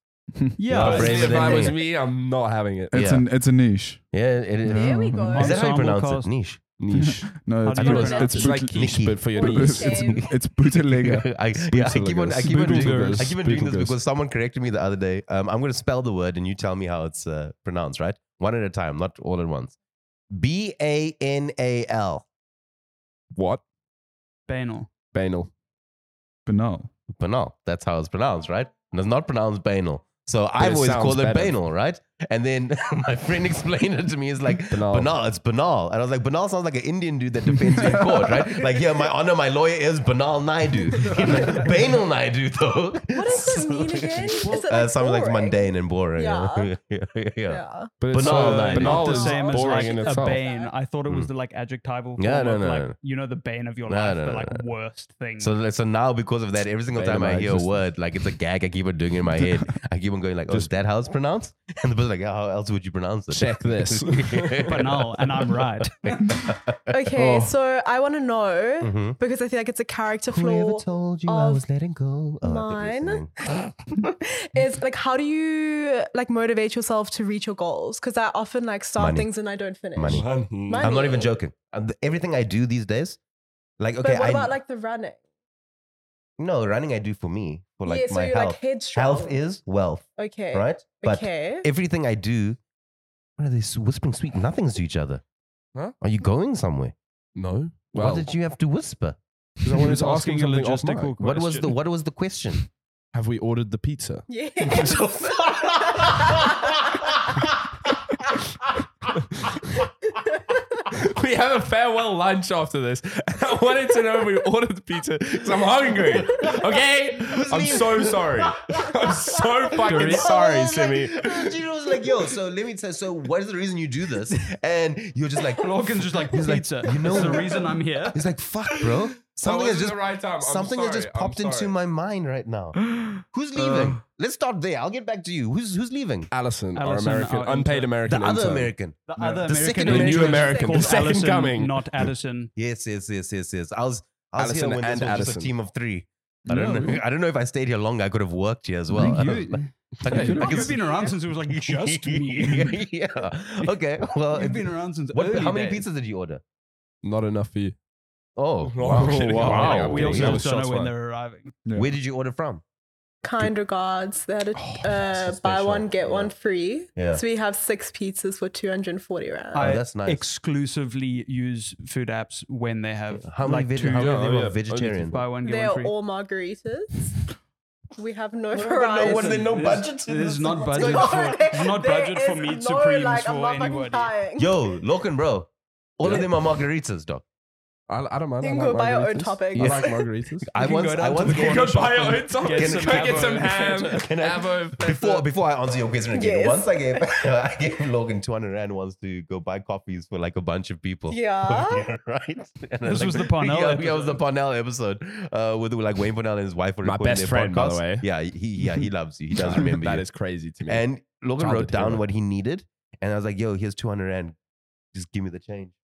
S5: Yeah,
S2: Well,
S5: it's-
S2: braver
S1: if
S2: than
S1: I
S2: me.
S1: was me, I'm not having it.
S3: It's
S2: Yeah.
S3: an it's a niche.
S2: Yeah, it is.
S3: Yeah.
S4: There we go.
S2: Is that how you
S5: Ensemble
S2: pronounce
S5: cast.
S2: it? Niche.
S1: Niche.
S3: No,
S5: How
S3: it's
S5: do you
S3: boot-
S5: pronounce
S3: it's
S1: It's like
S3: boot-
S1: quiche, but for your
S4: Or
S1: knees.
S3: it's
S4: Niche.
S3: it's, it's bootlegger.
S2: I, yeah, I keep on, I keep on doing,
S3: Spootelingers.
S2: I keep on doing this
S3: Spootelingers.
S2: because someone corrected me the other day. Um, I'm going to spell the word and you tell me how it's uh, pronounced, right? One at a time, not all at once. B A N A L.
S1: What?
S5: banal.
S1: Banal.
S3: Banal.
S2: Banal. That's how it's pronounced, right? And it's not pronounced banal. So
S1: it
S2: I've always
S1: sounds
S2: called it
S1: better.
S2: banal, right? And then my friend explained it to me. It's like
S1: Banal.
S2: banal. It's banal, and I was like, banal sounds like an Indian dude that defends you in court, right? Like, yeah, my honor, my lawyer is banal Naidu. banal Naidu, though.
S4: What does it mean again? Is it
S2: uh,
S4: like
S2: something like
S4: boring?
S2: mundane and boring.
S4: Yeah.
S2: yeah, yeah. yeah.
S4: Yeah.
S1: But it's,
S2: Banal,
S1: uh,
S2: like-
S1: banal
S5: Not the
S1: is
S5: same as
S1: boring
S5: like
S1: in
S5: a
S1: itself.
S5: bane. I thought it was the like adjectival.
S2: Hmm. Yeah,
S5: form
S2: no,
S5: of,
S2: no,
S5: like,
S2: no.
S5: You know the bane of your
S2: No,
S5: life,
S2: no,
S5: the
S2: no,
S5: like
S2: no.
S5: worst thing.
S2: So, like, so now because of that, every single
S1: Banal
S2: time I hear a
S1: existence.
S2: word, like it's a gag, I keep on doing it in my head. I keep on going like, "Oh, is
S1: Just-
S2: that how it's pronounced?" And the person's like, "How else would you pronounce it?"
S1: Check this.
S5: banal, and I'm right.
S4: Okay,
S1: Oh.
S4: so I want to know
S2: hmm
S4: because I feel like it's a character flaw.
S2: told you
S4: I of was
S2: letting go?
S4: of mine? everything. is like how do you like motivate yourself to reach your goals? Because I often like start
S2: Money.
S4: things and I don't finish.
S2: Money. I'm not even joking. Uh, th- Everything I do these days, like
S4: But
S2: okay,
S4: what
S2: I
S4: about like the running?
S2: no running. I do for me for like
S4: yeah, so
S2: my
S4: you're
S2: health.
S4: like headstrong.
S2: health is wealth,
S4: okay,
S2: right? But
S4: okay.
S2: everything I do, what are they s- whispering sweet nothings to each other?
S1: Huh?
S2: Are you going somewhere?
S1: No.
S2: Why
S1: Well,
S2: did you have to whisper?
S1: I wanted to ask him
S5: asking a
S1: something off
S5: logistical
S1: mic.
S5: question.
S2: What was the what was the question?
S1: have we ordered the pizza?
S4: yeah.
S1: we have a farewell lunch after this. I wanted to know if we ordered the pizza because I'm hungry. Okay? I'm so sorry. I'm so fucking sorry, Simi.
S2: Gino was like, yo, so let me tell so what is the reason you do this? And you're just like
S5: Lorcan's just like
S2: He's like,
S5: pizza.
S2: "You
S5: you
S2: know-
S5: know the reason I'm here.
S2: He's like, fuck, bro. Something has
S1: is
S2: just
S1: the right time. I'm
S2: something has just
S1: sorry. I'm
S2: popped into
S1: sorry.
S2: my mind right now. Who's leaving? Let's start there. I'll get back to you. Who's who's leaving?
S1: Allison, our
S5: Allison,
S1: American,
S5: our
S1: unpaid
S5: intern.
S1: American.
S2: The other
S1: intern.
S2: American.
S5: The other
S2: The second
S5: American,
S1: The new
S2: American.
S1: American. The
S5: called
S1: second
S5: Allison,
S1: coming.
S5: not Addison.
S2: Yes, yes, yes, yes, yes. I was I was
S1: Allison
S2: here when this
S1: and
S2: was just
S1: Addison.
S2: a team of three. I
S5: No.
S2: don't know. I don't know if I stayed here longer, I could have worked here as well.
S5: I think you,
S2: Like, I- I
S5: You've
S2: can-
S5: been around since it was like just me.
S2: yeah. Okay. Well,
S5: You've been around since
S2: what,
S5: early
S2: how many
S5: days.
S2: pizzas did you order?
S1: Not enough for you.
S2: Oh,
S1: Oh,
S2: wow.
S1: wow.
S2: Wow.
S1: Yeah,
S5: we
S1: okay.
S5: also
S1: That
S5: don't
S1: was shots
S5: know when
S1: fired.
S5: they're arriving.
S3: Yeah.
S2: Where did you order from?
S4: Kind regards. They had a
S1: Oh,
S4: uh,
S2: so
S4: buy
S2: special.
S4: one get one
S2: Yeah.
S4: free.
S2: Yeah.
S4: So we have six pizzas for two hundred and forty rand.
S5: I
S2: Oh, that's nice.
S5: exclusively use food apps when they have
S2: How many,
S5: like
S2: veg-
S5: two
S2: how many
S1: yeah,
S2: of them
S1: yeah,
S2: are
S1: only
S2: vegetarian?
S5: buy one get
S4: They're
S5: one free.
S4: all margaritas. we have no
S2: no
S4: variety.
S2: one- there's no
S5: This-
S2: budget to
S5: This
S2: this.
S5: is not
S2: What's
S5: budget
S2: going
S5: for.
S2: on?
S5: It's not
S4: There
S5: budget for
S4: is
S5: meat
S4: no,
S5: supremes
S4: like, a
S5: for
S4: motherfucking
S5: anybody.
S4: tying.
S2: Yo, Loken, bro. All of them are margaritas, dog.
S1: I, I don't mind. I
S4: Then
S1: like
S4: go buy your own
S1: margaritas.
S4: topic.
S1: I like margaritas.
S2: I
S5: can
S2: once,
S5: go down
S2: I
S5: to
S2: once
S5: the corner
S1: go
S5: Go shop.
S1: buy
S5: buy
S1: your
S5: your
S1: own topic. Go
S5: Get some
S1: get
S5: avo
S1: some
S5: and
S1: ham.
S5: feta.
S2: Can I-
S1: Avo, feta.
S2: before before I answer your question again,
S4: Yes.
S2: once I gave I gave Logan two hundred rand once to go buy coffees for like a bunch of people.
S4: Yeah.
S2: Yeah, right. And I
S5: This was the Parnell
S2: yeah, yeah, it was the
S5: episode.
S2: Parnell episode uh, with like Wayne Parnell and his wife were
S1: My
S2: recording
S1: best
S2: their
S1: friend, by the
S2: podcast.
S1: way.
S2: Yeah, he yeah he loves you. He does remember
S1: That
S2: you.
S1: is crazy to me.
S2: And Logan
S1: Childhood
S2: wrote down
S1: hero.
S2: what he needed, and I was like, "Yo, here's two hundred rand. Just give me the change."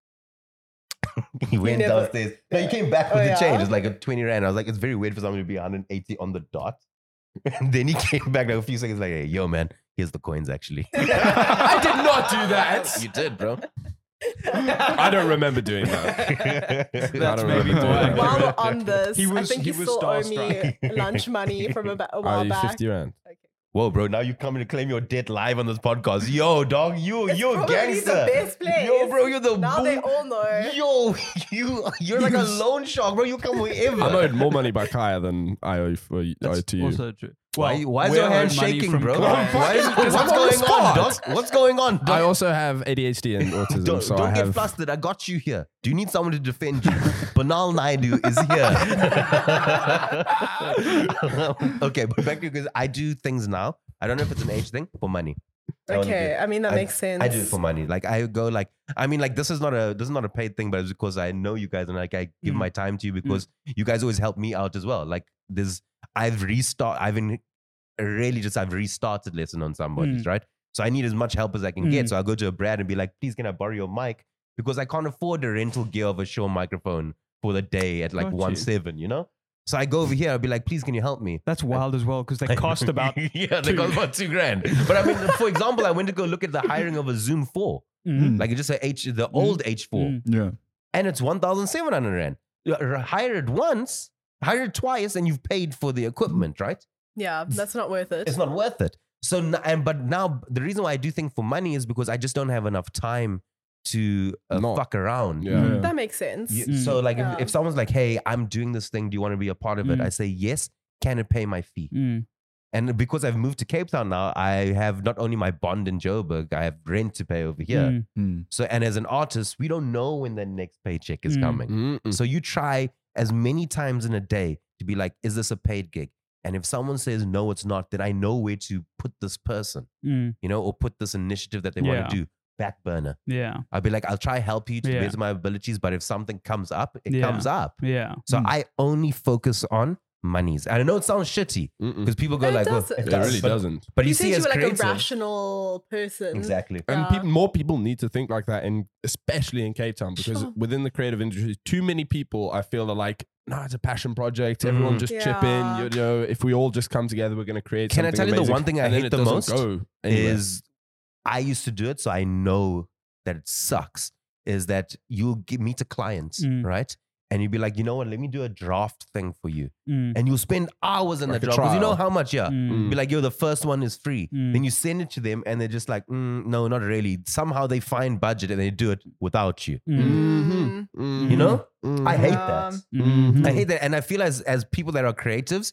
S2: he went
S4: never-
S2: downstairs. No, he came back
S4: Oh,
S2: with the
S4: yeah?
S2: change. It's like a twenty rand. I was like, "It's very weird for someone to be one hundred eighty on the dot." And then he came back like a few seconds, like, "Hey, yo, man, here's the coins actually."
S1: I did not do that.
S2: You did, bro.
S1: I don't remember doing that.
S5: That's
S1: I don't
S5: maybe
S1: remember
S5: more
S1: doing that.
S4: While
S5: accurate.
S4: we're on this,
S5: He
S4: I
S5: was-
S4: think
S5: he
S4: you
S5: was
S4: still owe me
S2: starstruck.
S4: lunch money from a, ba- a
S1: Are
S4: while
S1: you
S4: back.
S1: fifty rand?
S4: Okay.
S2: Whoa, bro! Now you're coming to claim your debt live on this podcast. Yo, dog, you,
S4: It's
S2: you're a
S4: probably
S2: gangster.
S4: the best place.
S2: Yo, bro, you're the
S4: Now they
S2: boo-
S4: all know.
S2: Yo, you, you're like a loan shark, bro. You come wherever.
S1: I'm owed more money by Kaya than I owe, for, I owe
S5: That's
S1: to you.
S5: also true.
S2: why,
S5: Well,
S2: why is
S5: we're
S2: your hand
S5: owed money
S2: shaking,
S5: from
S2: bro?
S5: Clive.
S2: Why is,
S1: Because
S2: what's
S1: I'm on the
S2: going on,
S1: spot.
S2: doc? What's going on, doc?
S1: I also have ADHD and autism,
S2: don't
S1: so
S2: don't
S1: I
S2: get
S1: have.
S2: flustered. I got you here. Do you need someone to defend you? Banal Naidu is here. okay, but back to because I do things now. I don't know if it's an age thing for money. I only do
S4: Okay, I mean that
S2: I-
S4: makes sense.
S2: I do it for money. Like I go like I mean like this is not a this is not a paid thing, but it's because I know you guys and like I give
S5: Mm.
S2: my time to you because you guys always help me out as well. Like there's I've restart I've in really just I've restarted lesson on somebody's right. So I need as much help as I can get.
S5: Mm.
S2: So I go to a Brad and be like, please can I borrow your mic because I can't afford a rental gear of a Shure microphone for the day at like
S5: Got you.
S2: one seven. You know. So I go over here. I'll be like, please can you help me?
S5: That's wild as well because they cost about.
S2: yeah, they
S5: two.
S2: cost about two grand. But I mean, for example, I went to go look at the hiring of a Zoom four,
S5: Mm,
S2: like it's just a H, the old H four,
S5: mm.
S3: Yeah.
S2: and it's one thousand seven hundred rand. You are hired once, hired twice, and you've paid for the equipment,
S5: Mm-hmm.
S2: right?
S4: Yeah, that's not worth it.
S2: It's not worth it. So n- and but now the reason why I do think for money is because I just don't have enough time to uh,
S1: Not-
S2: fuck around.
S1: Yeah.
S3: Yeah.
S4: That makes sense.
S2: You-
S5: Mm.
S2: So like
S4: Yeah.
S2: if, if someone's like, "Hey, I'm doing this thing. Do you want to be a part of it?"
S5: Mm.
S2: I say yes. Can it pay my fee?
S5: Mm.
S2: And because I've moved to Cape Town now, I have not only my bond in Joburg, I have rent to pay over here.
S5: Mm.
S3: Mm.
S2: So, and as an artist, we don't know when the next paycheck is
S5: Mm.
S2: coming.
S1: Mm-mm.
S2: So, you try as many times in a day to be like, is this a paid gig? And if someone says, no, it's not, then I know where to put this person,
S5: Mm.
S2: you know, or put this initiative that they
S5: Yeah.
S2: want to do back burner.
S5: Yeah.
S2: I'll be like, I'll try help you to the
S5: Yeah.
S2: best of my abilities, but if something comes up, it
S5: Yeah.
S2: comes up.
S5: Yeah.
S2: So,
S3: Mm.
S2: I only focus on monies. And I know it sounds shitty
S1: Mm-mm.
S2: because people go
S4: No, it
S2: like, well,
S4: doesn't.
S1: mm, It
S4: does,
S1: really
S2: but-
S1: doesn't.
S2: But you,
S4: you
S2: see,
S4: think you
S2: as
S4: were like
S2: creative,
S4: a rational person.
S2: exactly.
S1: And
S4: Yeah.
S1: peop more people need to think like that, and especially in Cape Town, because
S4: Sure.
S1: within the creative industry, too many people I feel are like, no, it's a passion project. Everyone
S2: Mm.
S1: just
S4: Yeah.
S1: chip in. You know, if we all just come together, we're going to create.
S2: Can I
S1: something
S2: tell you the
S1: amazing.
S2: one thing I
S1: And then
S2: hate
S1: it
S2: the
S1: doesn't
S2: most
S1: go anywhere.
S2: Is I used to do it, so I know that it sucks. Is that you'll get, meet a client,
S5: Mm.
S2: right? And you'd be like, you know what? Let me do a draft thing for you,
S5: Mm.
S2: and you'll spend hours in
S1: Like
S2: the
S1: a
S2: draft because you know how
S1: trial.
S2: much, yeah.
S5: Mm.
S2: Be like, yo, the first one is free.
S5: Mm.
S2: Then you send it to them, and they're just like, mm, no, not really. Somehow they find budget and they do it without you.
S5: Mm.
S4: Mm-hmm.
S1: Mhm.
S2: You know,
S1: Mhm.
S2: I hate
S4: Yeah.
S2: that.
S5: Mhm.
S1: Hmm.
S2: I hate that. And I feel as as people that are creatives,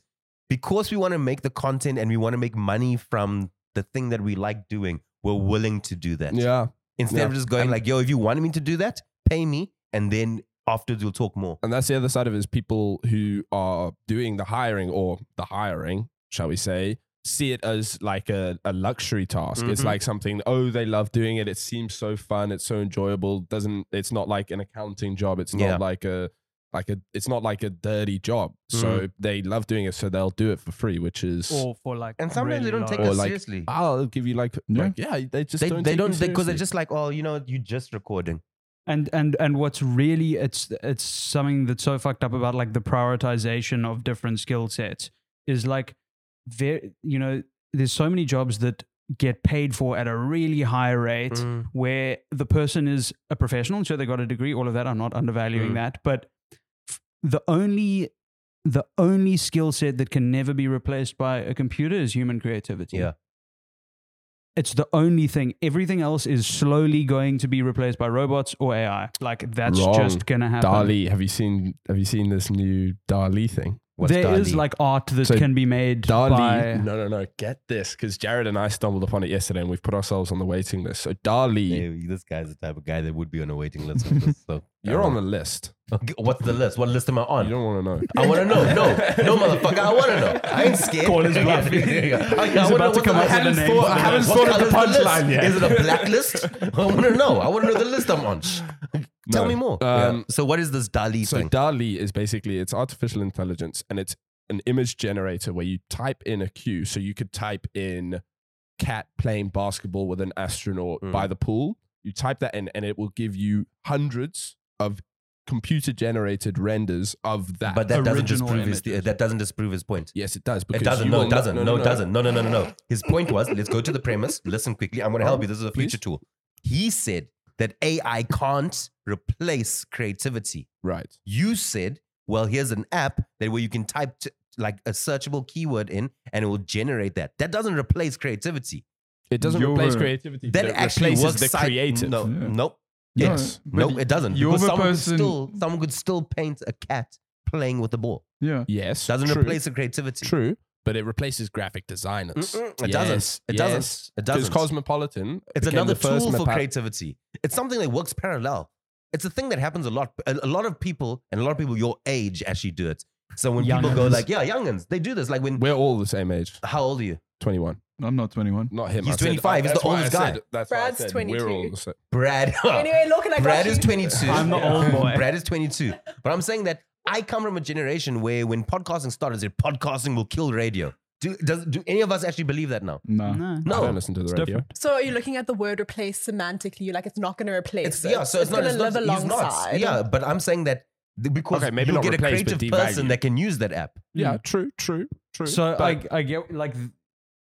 S2: because we want to make the content and we want to make money from the thing that we like doing, we're willing to do that.
S1: Yeah,
S2: Instead of
S1: Yeah.
S2: just going
S1: And-
S2: like, yo, if you wanted me to do that, pay me. And then afterwards we'll talk more.
S1: and that's the other side of it is people who are doing the hiring or the hiring, shall we say, see it as like a, a luxury task. It's
S2: Mhm.
S1: like something, oh, they love doing it. It seems so fun. It's so enjoyable. Doesn't it's not like an accounting job. It's not
S2: Yeah.
S1: like a like a it's not like a dirty job.
S2: Mm-hmm.
S1: So they love doing it, so they'll do it for free, which is
S5: Or for like.
S2: And sometimes they
S5: really
S2: don't take
S5: low-
S1: Or
S2: us
S1: like-
S2: seriously.
S1: I'll give you like
S3: Yeah.
S1: yeah, like, yeah they just
S2: They
S1: don't
S2: they
S1: take
S2: don't
S1: you
S2: because they're
S1: seriously.
S2: just like, oh, you know, you just recording.
S5: and and and what's really it's it's something that's so fucked up about like the prioritization of different skill sets is like there you know there's so many jobs that get paid for at a really high rate where the person is a professional so they got a degree all of that i'm not undervaluing
S2: Mm.
S5: that but f- the only the only skill set that can never be replaced by a computer is human creativity
S2: Yeah.
S5: it's the only thing everything else is slowly going to be replaced by robots or ai like that's
S1: Wrong.
S5: just gonna
S2: um,
S5: happen
S1: Dali, have you seen have you seen this new Dali thing?
S2: What's
S5: There is
S2: Dali?
S5: like art that
S1: So
S5: can be made
S1: Dali.
S5: by
S1: No, no, no. Get this, because Jared and I stumbled upon it yesterday, and we've put ourselves on the waiting list. So Dali,
S2: Hey, this guy's the type of guy that would be on a waiting list. for this, so
S1: you're on the list.
S2: Okay, what's the list? What list am I on?
S1: You don't want to know.
S2: I want to know. No, no, motherfucker. I want to know. I ain't scared.
S5: Call his bluff.
S2: Yeah, yeah, yeah. I,
S5: He's about to come up with a name for the
S1: list. What colour is the list?
S2: Is it a blacklist? I want to know. I want to know the list I'm on. Tell
S1: No.
S2: me more.
S1: Um,
S2: Yeah. So what is this Dali
S1: So
S2: thing?
S1: Dali is basically it's artificial intelligence, and it's an image generator where you type in a cue. So you could type in cat playing basketball with an astronaut
S2: Mm.
S1: by the pool. You type that in, and it will give you hundreds of computer generated renders of that.
S2: But that doesn't
S5: original
S2: disprove his.
S5: images.
S2: That doesn't disprove his point.
S1: yes, it does.
S2: It
S1: because
S2: doesn't.
S1: you
S2: No,
S1: will
S2: it
S1: not-
S2: doesn't. No, it doesn't. No, no, no, no, no. His point was, let's go to the premise. Listen quickly. I'm going to help you. This is a future tool. He said that AI can't replace creativity.
S1: Right.
S2: You said, well, here's an app that where you can type t- like a searchable keyword in and it will generate that. That doesn't replace creativity.
S1: It doesn't
S3: Your-
S1: replace creativity.
S2: That
S1: it
S2: actually
S1: replaces
S2: works
S1: the
S2: side-
S1: creative.
S2: No,
S3: Yeah.
S2: nope.
S3: No,
S1: Yes.
S3: but
S2: No,
S3: y-
S2: it doesn't.
S3: you're
S2: Because
S3: the
S2: someone
S3: person-
S2: could still someone could still paint a cat playing with the ball.
S3: Yeah.
S1: Yes.
S2: Doesn't
S1: true,
S2: replace the creativity.
S1: True, but it replaces graphic designers.
S2: Mm-mm, it doesn't.
S1: Yes,
S2: It doesn't.
S1: yes.
S2: It
S1: 'Cause
S2: doesn't.
S1: Cosmopolitan.
S2: It's
S1: became
S2: another
S1: the first
S2: tool for
S1: map-
S2: creativity. It's something that works parallel. It's a thing that happens a lot. A, a lot of people and a lot of people your age actually do it. So when people go
S5: Youngins.
S2: like, "Yeah, youngins," they do this. Like when,
S1: We're all the same age.
S2: how old are you?
S1: Twenty-one.
S3: I'm not 21.
S1: Not him.
S2: He's
S1: I said-
S2: 25, he's
S1: that's
S2: the
S1: why I
S2: oldest guy.
S1: said- that's why I
S4: Brad's
S1: said
S4: 22.
S1: We're all the same.
S2: Brad.
S4: Anyway, look, and I
S2: Brad
S4: got
S2: is
S4: you.
S2: 22.
S5: I'm the old boy.
S2: Brad is 22. But I'm saying that I come from a generation where when podcasting started, it said podcasting will kill radio. Do, does, do any of us actually believe that now?
S3: No.
S5: No.
S1: I don't
S2: No.
S1: listen to the
S5: It's
S1: radio.
S5: different.
S4: So are you looking at the word replace semantically? You're like, it's not going to replace.
S2: It's,
S4: it.
S2: yeah, so it's, not,
S4: going
S2: it's
S4: to
S2: not,
S4: live
S2: he's not-
S4: alongside.
S2: Yeah, but I'm saying that th- because
S1: Okay, maybe
S2: you'll
S1: not
S2: get a
S1: replace, but
S2: creative
S1: devalue.
S2: person that can use that app.
S1: Yeah,
S5: Mm.
S1: true, true, true.
S5: So
S1: But-
S5: I, I get like, th-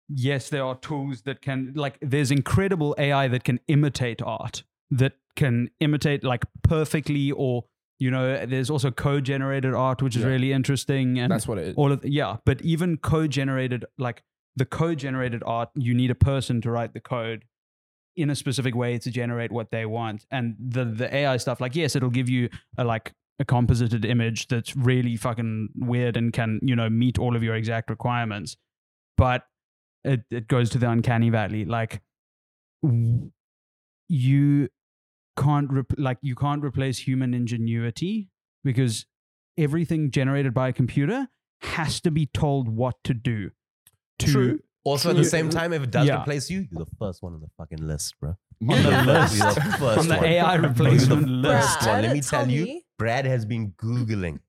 S5: yes, there are tools that can like. There's incredible AI that can imitate art, that can imitate like perfectly, or you know, there's also code-generated art, which is
S1: Yeah.
S5: really interesting, and
S1: that's what it is.
S5: all of yeah. But even code-generated, like the code-generated art, you need a person to write the code in a specific way to generate what they want, and the the AI stuff, like yes, it'll give you a like a composited image that's really fucking weird and can you know meet all of your exact requirements but it, it goes to the uncanny valley like w- you can't rep- like you can't replace human ingenuity because everything generated by a computer has to be told what to do to
S1: True.
S2: Also, at
S5: True.
S2: the same time, if it does
S5: Yeah.
S2: replace you, you're the first one on the fucking list, bro.
S5: on the list
S2: You're the first
S5: on the
S2: one.
S5: AI replacement
S4: Brad,
S5: list
S2: Last one, let me tell you.
S4: me.
S2: Brad has been Googling,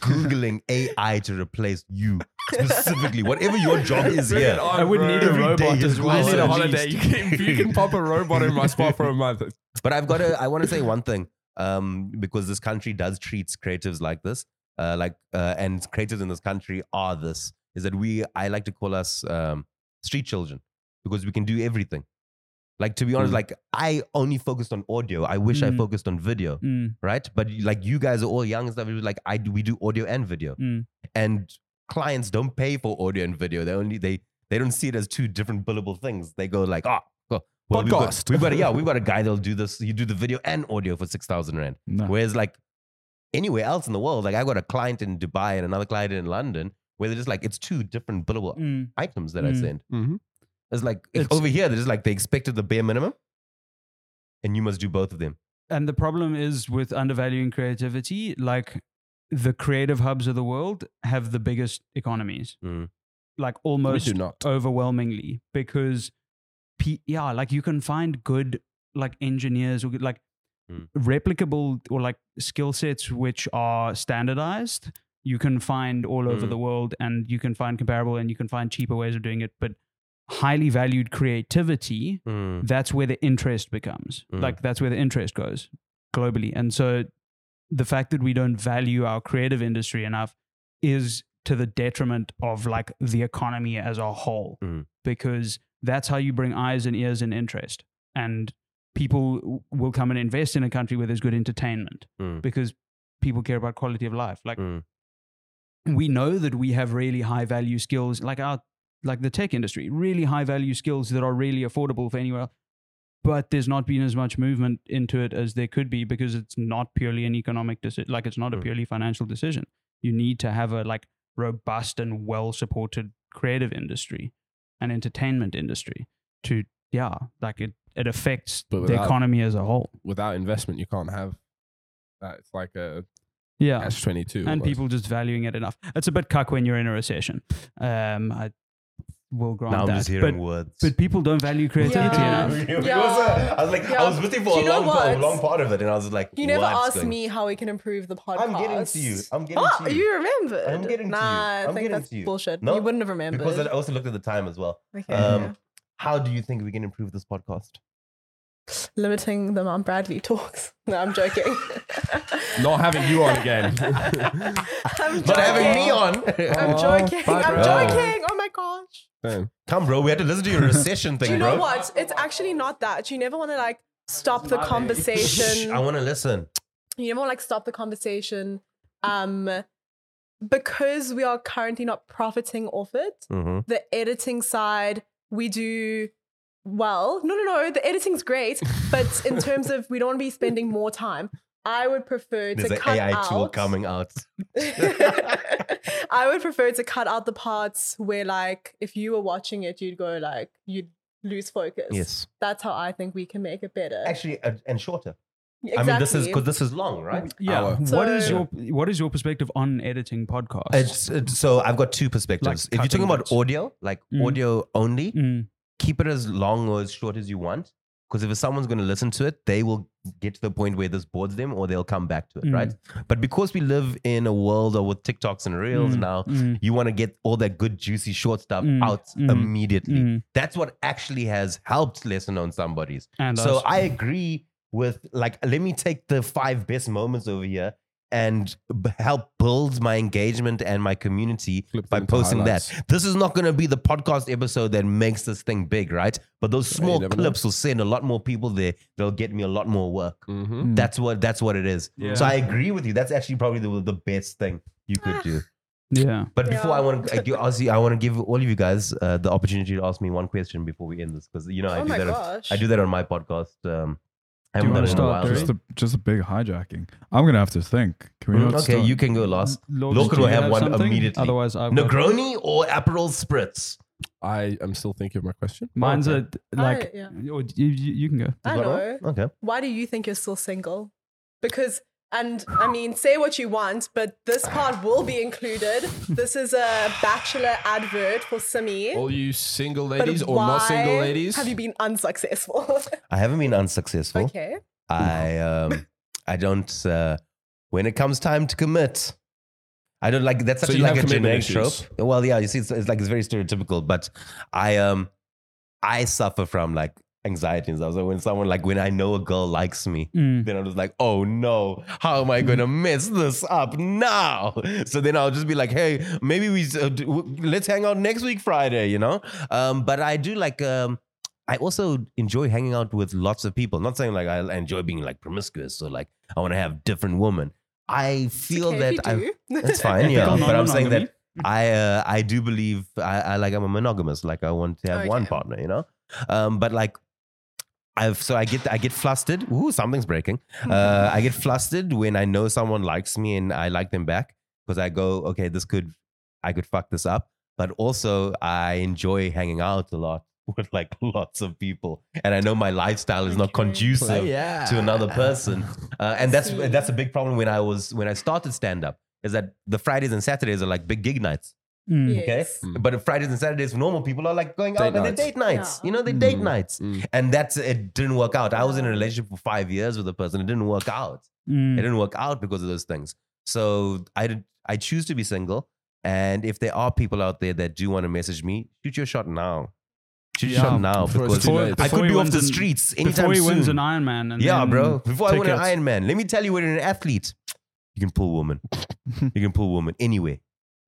S2: Googling AI to replace you specifically. Whatever your job is here.
S1: Brilliant.
S5: I would need a
S2: Every
S5: robot
S2: day
S5: as
S2: is
S5: well.
S1: I
S2: Well,
S1: need a
S2: at
S1: holiday. You
S5: least.
S1: can, if you can pop a robot in my spot for a month.
S2: But I've got to, I want to say one thing um, because this country does treat creatives like this. Uh, like, uh, and creatives in this country are this is that we, I like to call us um, street children because we can do everything. Like, to be honest,
S1: Mm.
S2: like, I only focused on audio. I wish
S1: Hmm.
S2: I
S5: Mm.
S2: focused on video.
S5: Mm,
S2: right? But like you guys are all young and stuff. It was like I do, we do audio and video,
S1: Hmm.
S5: Mm.
S2: and clients don't pay for audio and video. They only they they don't see it as two different billable things. They go like, oh, well, we've got-
S1: Podcast.
S2: We've got, a, yeah, we've got a guy that'll do this. You do the video and audio for six thousand rand.
S3: No.
S2: Whereas like anywhere else in the world, like I got a client in Dubai and another client in London, where they're just like it's two different billable
S5: mm.
S2: items that I
S5: Mm.
S2: send.
S4: Mm-hmm.
S2: It's like if
S5: It's-
S2: over here, they're just like they expected the bare minimum, and you must do both of them.
S5: and the problem is with undervaluing creativity like the creative hubs of the world have the biggest economies
S2: Mm.
S5: like
S1: We
S5: almost
S1: do not.
S5: overwhelmingly because pe- yeah like you can find good like engineers or good, like
S2: Mm.
S5: replicable or like skill sets which are standardized you can find all over
S2: Mm.
S5: the world and you can find comparable and you can find cheaper ways of doing it but highly valued creativity that's where the interest becomes
S2: Mm.
S5: like that's where the interest goes globally and so the fact that we don't value our creative industry enough is to the detriment of like the economy as a whole
S2: Mm.
S5: because that's how you bring eyes and ears and interest and people w- will come and invest in a country where there's good entertainment
S2: Mm.
S5: because people care about quality of life like
S2: Mm.
S5: we know that we have really high value skills like our like the tech industry really high value skills that are really affordable for anywhere else but there's not been as much movement into it as there could be because it's not purely an economic decision like it's not a
S2: Mm.
S5: purely financial decision you need to have a like robust and well supported creative industry and entertainment industry to yeah like it it affects
S1: But
S5: the
S1: without-
S5: economy as a whole
S1: Without investment, you can't have that. It's like a
S5: yeah
S1: catch 22.
S5: and
S1: almost.
S5: people just valuing it enough. It's a bit cuck when you're in a recession. Um, I will grant
S2: Now I'm
S5: that.
S2: just hearing
S5: but,
S2: words.
S5: but people don't value creativity
S4: Yeah.
S5: enough.
S2: It was
S4: Yeah.
S2: a- I was like, I
S4: Yeah.
S2: was waiting
S4: Do
S2: for a
S4: you know
S2: long, part, a
S4: what?
S2: long part of it, and I was like,
S4: You never
S2: what's
S4: asked
S2: going-
S4: me how we can improve the podcast.
S2: I'm getting to you. I'm getting
S4: Oh,
S2: to
S4: you.
S2: you.
S4: remembered?
S2: I'm getting to you.
S4: nah,
S2: I'm
S4: I think
S2: getting
S4: that's
S2: to you.
S4: bullshit.
S2: No,
S4: you wouldn't have remembered.
S2: Because I also looked at the time as well.
S4: okay.
S2: um,
S4: yeah.
S2: How do you think we can improve this podcast?
S4: Limiting the amount Bradley talks. No, I'm joking.
S1: Not having you on again.
S4: I'm joking.
S2: Not having me on.
S4: I'm joking.
S1: bye,
S4: I'm
S1: bro.
S4: joking. Oh my gosh.
S1: Damn.
S2: Come, bro. We had to listen to your recession thing,
S4: Do you
S2: bro.
S4: know what? It's actually not that. You never want to like stop the
S2: Shh, I
S4: conversation.
S2: want to listen.
S4: You never want to like stop the conversation. Um, because we are currently not profiting off it,
S2: Mm-hmm.
S4: the editing side, we do well. No, no, no. The editing's great, but in terms of we don't want to be spending more time. I would prefer
S2: There's
S4: to
S2: an
S4: cut
S2: AI
S4: out.
S2: tool coming out.
S4: I would prefer to cut out the parts where, like, if you were watching it, you'd go like you'd lose focus.
S2: Yes,
S4: that's how I think we can make it better.
S2: actually, uh, and shorter.
S4: exactly.
S2: I mean, this is because this is long, right?
S5: Yeah.
S1: Hour.
S5: what is
S4: So-
S5: your what is your perspective on editing podcasts?
S2: It's, it's- so I've got two perspectives. if you're
S5: cutting
S2: talking about
S5: bits.
S2: audio, like
S5: Mm.
S2: audio only,
S5: Mm,
S2: keep it as long or as short as you want. Because if someone's going to listen to it, they will get to the point where this boards them, or they'll come back to it,
S5: Mm.
S2: right? But because we live in a world of with TikToks and Reels
S5: mm,
S2: now,
S5: mm,
S2: you want to get all that good, juicy, short stuff
S5: Mm.
S2: out
S5: Mm.
S2: immediately.
S5: mm,
S2: That's what actually has helped lesser known somebody's.
S5: and
S2: So
S5: us.
S2: I agree with like, let me take the five best moments over here and b- help build my engagement and my community
S1: Flip
S2: by
S1: them to
S2: posting
S1: highlights.
S2: that. This is not going to be the podcast episode that makes this thing big, right? But those
S1: Yeah, you
S2: small
S1: never know.
S2: clips will send a lot more people there. They'll get me a lot more work.
S1: Mm-hmm.
S3: Mm.
S2: That's what that's what it is.
S5: Yeah.
S2: So I agree with you. That's actually probably the, the best thing you could do.
S5: yeah.
S2: But before
S4: Yeah.
S2: I want to, I, do- Ozzy, I want to give all of you guys uh, the opportunity to ask me one question before we end this, because you know I
S4: oh
S2: do
S4: my
S2: that. on-
S4: gosh.
S2: I do that on my podcast. Um, I
S5: Do
S2: haven't
S5: you
S2: done
S5: wanna
S2: it in a while.
S5: start, Derek?
S3: Just a just a big hijacking. I'm gonna have to think. Can we
S2: Mm,
S3: not
S2: okay,
S3: start?
S2: you can go last.
S5: Lorcan,
S2: Lorcan
S5: do
S2: will
S5: you
S2: have one
S5: something?
S2: immediately.
S5: Otherwise, I've got-
S2: Negroni or Aperol Spritz?
S1: I am still thinking of my question.
S5: Mine's a like.
S4: yeah.
S5: or you, you you can go.
S4: I
S2: Got
S4: know.
S2: one? Okay.
S4: Why do you think you're still single? Because and I mean, say what you want, but this part will be included. This is a bachelor advert for Simi.
S1: All you single
S4: But
S1: ladies or not single
S4: why
S1: ladies?
S4: Have you been unsuccessful?
S2: I haven't been unsuccessful.
S4: okay.
S2: I um, I don't. Uh, when it comes time to commit, I don't like that's
S1: So
S2: such
S1: you
S2: like a
S1: have
S2: generic
S1: commitment issues.
S2: trope. Well, yeah, you see, it's, it's like it's very stereotypical. But I um, I suffer from like anxiety and stuff. So when someone like when I know a girl likes me,
S5: Mm.
S2: then I'm just like, oh no, how am I gonna mess this up now? So then I'll just be like, hey, maybe we uh, d- w- let's hang out next week Friday, you know. Um, but I do like um, I also enjoy hanging out with lots of people. Not saying like I enjoy being like promiscuous or like I want to have different women. I feel that
S4: okay if
S2: I,
S4: you do.
S2: that's fine, yeah.
S5: Ethical
S2: But I'm saying
S5: non-monogamy.
S2: that I uh, I do believe I, I like I'm a monogamous. Like I want to have one
S4: Okay.
S2: partner, you know. Um, but like I've so I get I get flustered. Ooh, something's breaking. Uh, I get flustered when I know someone likes me and I like them back because I go, okay, this could I could fuck this up. But also I enjoy hanging out a lot with like lots of people, and I know my lifestyle is not
S4: Okay.
S2: conducive
S1: yeah.
S2: to another person. Uh, and that's
S4: See.
S2: that's a big problem when I was when I started stand up is that the Fridays and Saturdays are like big gig nights.
S5: Mm.
S4: Yes.
S1: Mm.
S2: But Fridays and Saturdays, normal people are like going
S1: Date
S2: out and
S1: nights.
S2: they date nights.
S4: Yeah.
S2: You know, they date
S1: Mm.
S2: nights.
S1: Mm.
S2: And that's it didn't work out. I was in a relationship for five years with a person. It didn't work out.
S5: Mm.
S2: It didn't work out because of those things. So I did, I choose to be single. And if there are people out there that do want to message me, shoot your shot now. Shoot your
S5: Yeah.
S2: shot now
S1: Before it's
S2: because
S1: too
S5: Before-
S1: late.
S2: I
S5: before
S2: could
S5: he
S2: be off
S5: wins
S2: the
S5: an-
S2: streets anytime
S5: Before he
S2: soon.
S5: wins an Iron Man. And
S2: yeah,
S5: then
S2: bro. Before I win an
S5: tickets.
S2: Iron Man, let me tell you, when you're an athlete, you can pull woman. you can pull woman anywhere,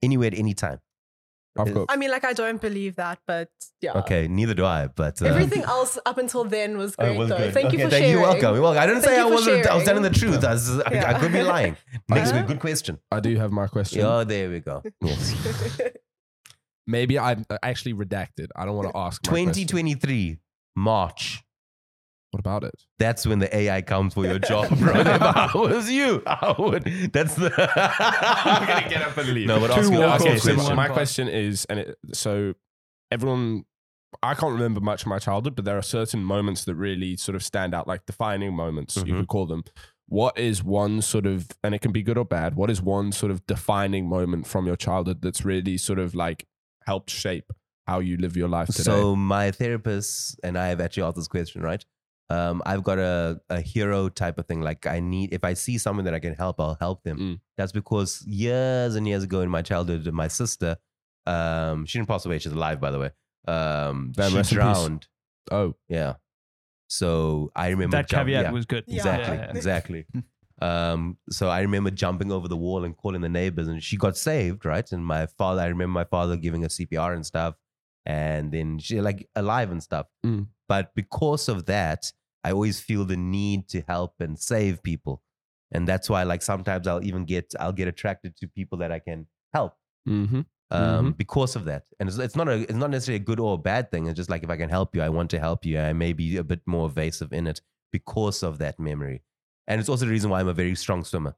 S2: anywhere at any time.
S1: I've got
S4: I mean, like I don't believe that, but yeah.
S2: Okay, neither do I. But uh,
S4: Ah. Everything else up until then was
S2: Oh,
S4: great,
S2: it was
S4: though.
S2: good.
S4: Thank
S2: Okay,
S4: you for sharing.
S2: You're welcome. You're welcome. I didn't
S4: Thank
S2: say
S4: you
S2: I
S4: for
S2: wasn't. I was
S4: sharing.
S2: telling the truth. I, was, I- I,
S4: Yeah.
S2: could be lying. Next
S4: Yeah.
S2: week, good question.
S1: I do have my question.
S2: Yeah, there we go. Yes.
S1: Maybe I'm uh, actually redacted. I don't want to ask. my question.
S2: 2023 March.
S1: What about it?
S2: That's when the AI comes for your job, bro. if I was you, I would. That's the. I'm
S1: gonna get up and leave.
S2: No, but
S5: Two
S2: ask me. ask
S5: walk-offs
S2: me a
S1: Okay, so
S5: in
S2: question.
S5: one.
S1: my
S5: part.
S1: question is, and it, so everyone, I can't remember much of my childhood, but there are certain moments that really sort of stand out, like defining moments, you
S2: Mhm.
S1: could call them. What is one sort of, and it can be good or bad, what is one sort of defining moment from your childhood that's really sort of like helped shape how you live your life today?
S2: So my therapist and I have actually asked this question, right? Um, I've got a, a hero type of thing. Like I need if I see someone that I can help, I'll help them.
S1: Mm.
S2: That's because years and years ago in my childhood, my sister, um, she didn't pass away. She's alive, by the way. Um,
S1: Damn,
S2: she
S1: rest in peace.
S2: drowned.
S1: oh,
S2: Yeah. So I remember
S5: That
S2: jump-
S5: caveat
S2: yeah.
S5: was good.
S4: Yeah.
S2: Exactly,
S5: Yeah.
S2: exactly. um, so I remember jumping over the wall and calling the neighbors, and she got saved, right? And my father, I remember my father giving her CPR and stuff, and then she like alive and stuff.
S1: Mm.
S2: But because of that, I always feel the need to help and save people, and that's why like sometimes I'll even get I'll get attracted to people that I can help
S1: Mm-hmm.
S2: um, because of that. And it's, it's not a it's not necessarily a good or a bad thing. It's just like if I can help you, I want to help you. I may be a bit more evasive in it because of that memory. And it's also the reason why I'm a very strong swimmer.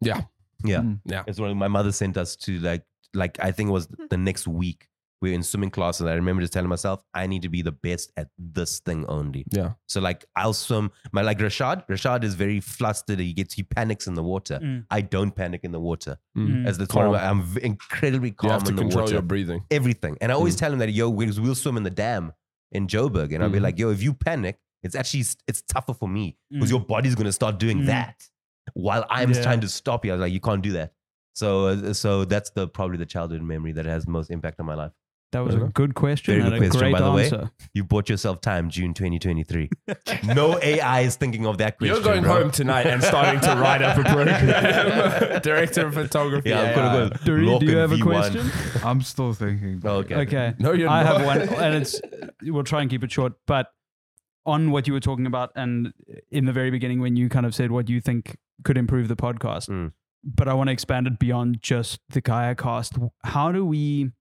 S1: Yeah.
S2: Yeah.
S3: Mm.
S1: Yeah.
S2: It's when my mother sent us to like like I think it was the next week. We were in swimming class and I remember just telling myself, I need to be the best at this thing only.
S1: Yeah.
S2: So like I'll swim my like Rashad, Rashad is very flustered. He gets he panics in the water.
S5: Mm.
S2: I don't panic in the water.
S1: Mm.
S2: As the swimmer,
S1: Calm.
S2: I'm v- incredibly calm
S1: You have to
S2: in the
S1: control
S2: water
S1: your breathing.
S2: everything. And I always
S5: Mm.
S2: tell him that, yo, we'll, we'll swim in the dam in Joburg. And I'll
S5: Mm.
S2: be
S1: Mhm.
S2: like, yo, if you panic, it's actually, it's tougher for me because
S5: Mm.
S2: your body's going to start doing
S5: Mm.
S2: that while I'm
S5: Yeah.
S2: trying to stop you. I was like, you can't do that. So, uh, so that's the probably the childhood memory that has most impact on my life.
S5: That was a
S1: Hello.
S5: good question
S2: Very
S5: and
S2: good
S5: a
S2: question,
S5: great
S2: by the way.
S5: answer.
S2: You bought yourself time, June 2023. no AI is thinking of that question.
S1: You're going
S2: bro.
S1: home tonight and starting to write up a program. Director of photography.
S2: Yeah, I'm gonna go.
S5: Doreen, do you
S2: Lorcan
S5: have a
S2: V1.
S5: question?
S3: I'm still thinking. but-
S2: Okay.
S5: Okay.
S1: No, you're
S5: I
S1: not.
S5: have one, and it's we'll try and keep it short. But on what you were talking about, and in the very beginning when you kind of said what you think could improve the podcast,
S2: Mm.
S5: but I want to expand it beyond just the Gaia cast. How do we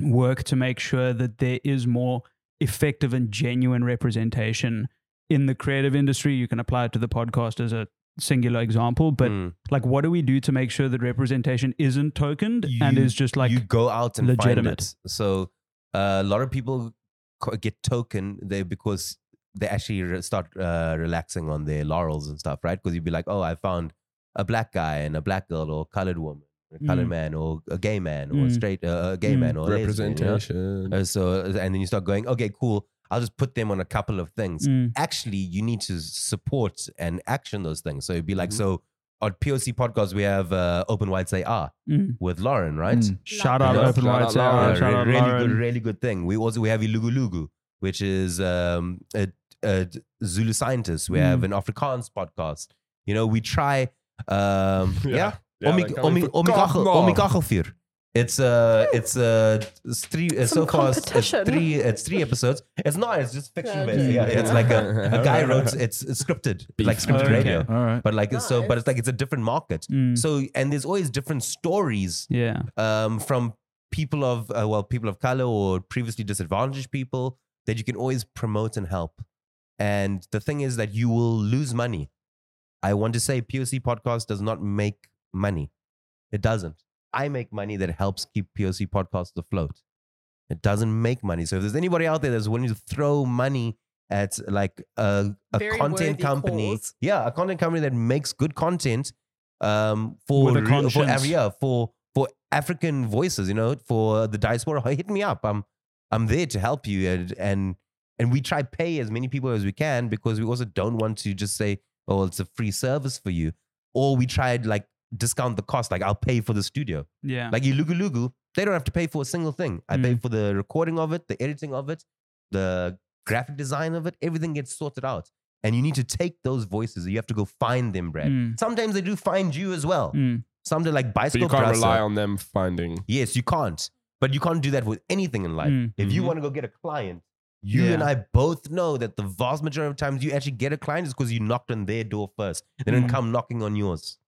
S5: work to make sure that there is more effective and genuine representation in the creative industry? You can apply it to the podcast as a singular example, but
S2: Mm.
S5: like, what do we do to make sure that representation isn't tokened and
S2: You-
S5: is just like
S2: you go out and
S5: legitimate.
S2: find it. So uh, a lot of people co- get token there because they actually re- start uh, relaxing on their laurels and stuff, right? Because you'd be like, oh, I found a black guy and a black girl or colored woman, a colored
S5: Mm.
S2: man or a gay man or a
S5: Mm.
S2: straight, uh, a gay
S5: Mm.
S2: man or a lesbian, you know?
S1: Representation.
S2: Uh, so and then you start going, okay, cool. I'll just put them on a couple of things
S5: Mm,
S2: actually you need to support and action those things. So it'd be like,
S1: Mhm.
S5: Mm-hmm.
S2: so on POC podcast, we have uh, Open Wide Say Ah
S5: mm.
S2: with Lauren, right?
S3: Mm.
S5: Shout out
S1: Yeah.
S5: Open
S1: Shout out
S5: Lights. Shout
S1: Lauren.
S5: out,
S2: Yeah,
S5: shout
S2: re-
S5: out
S2: really
S5: Lauren.
S2: good, really good thing. We also we have Ilugulugu, which is um, a, a Zulu scientist. We
S5: Mm.
S2: have an Afrikaans podcast. You know, we try. Um, yeah, Omi-
S1: they're coming
S2: Omi-
S1: for-
S2: Omikachel-
S1: God, no.
S2: Omikachelvuur. It's uh, it's uh, it's three. uh,
S4: Some
S2: so far, it's, it's
S4: competition.
S2: three. It's three episodes. It's not. It's just fiction
S4: Yeah,
S2: based.
S4: okay.
S2: Yeah, it's like a, a guy wrote. It's, it's scripted,
S1: Beef.
S2: like scripted
S5: Okay.
S2: radio.
S3: All right.
S2: But like so, but it's like it's a different market.
S5: Mm.
S2: So and there's always different stories
S5: yeah.
S2: um, from people of uh, well people of color or previously disadvantaged people that you can always promote and help and the thing is that you will lose money i want to say poc podcast does not make money it doesn't i make money that helps keep poc podcast afloat it doesn't make money so if there's anybody out there that's willing to throw money at like a, a
S4: Very
S2: content
S4: worthy
S2: company
S4: cause.
S2: yeah a content company that makes good content um, for
S5: With a
S2: re- for
S5: conscience.
S2: every yeah, for for African voices, you know, for the diaspora, hit me up. I'm I'm there to help you, and and and we try pay as many people as we can because we also don't want to just say, oh, it's a free service for you, or we tried like discount the cost, like I'll pay for the studio,
S5: Yeah. Mm.
S2: like you Lugu Lugu, they don't have to pay for a single thing. I pay for the recording of it, the editing of it, the graphic design of it. Everything gets sorted out, and you need to take those voices. You have to go find them, Brad.
S5: Mm.
S2: Sometimes they do find you as well.
S5: Mm.
S2: Something like
S1: But
S2: bicycle
S1: you can't
S2: Brasser.
S1: rely on them finding.
S2: Yes, you can't. But you can't do that with anything in life.
S5: Mm.
S2: If you
S1: Mhm.
S2: want to go get a client, you
S5: Yeah.
S2: and I both know that the vast majority of times you actually get a client is because you knocked on their door first. They don't
S5: Mm.
S2: come knocking on yours.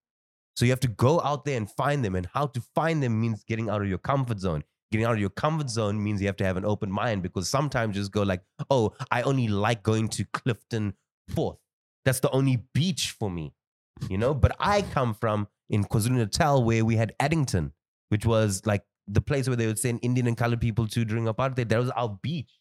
S2: So you have to go out there and find them. And how to find them means getting out of your comfort zone. Getting out of your comfort zone means you have to have an open mind because sometimes you just go like, oh, I only like going to Clifton Fourth. That's the only beach for me, you know. But I come from in KwaZulu Natal where we had Addington, which was like the place where they would send Indian and colored people to during apartheid. That was our beach.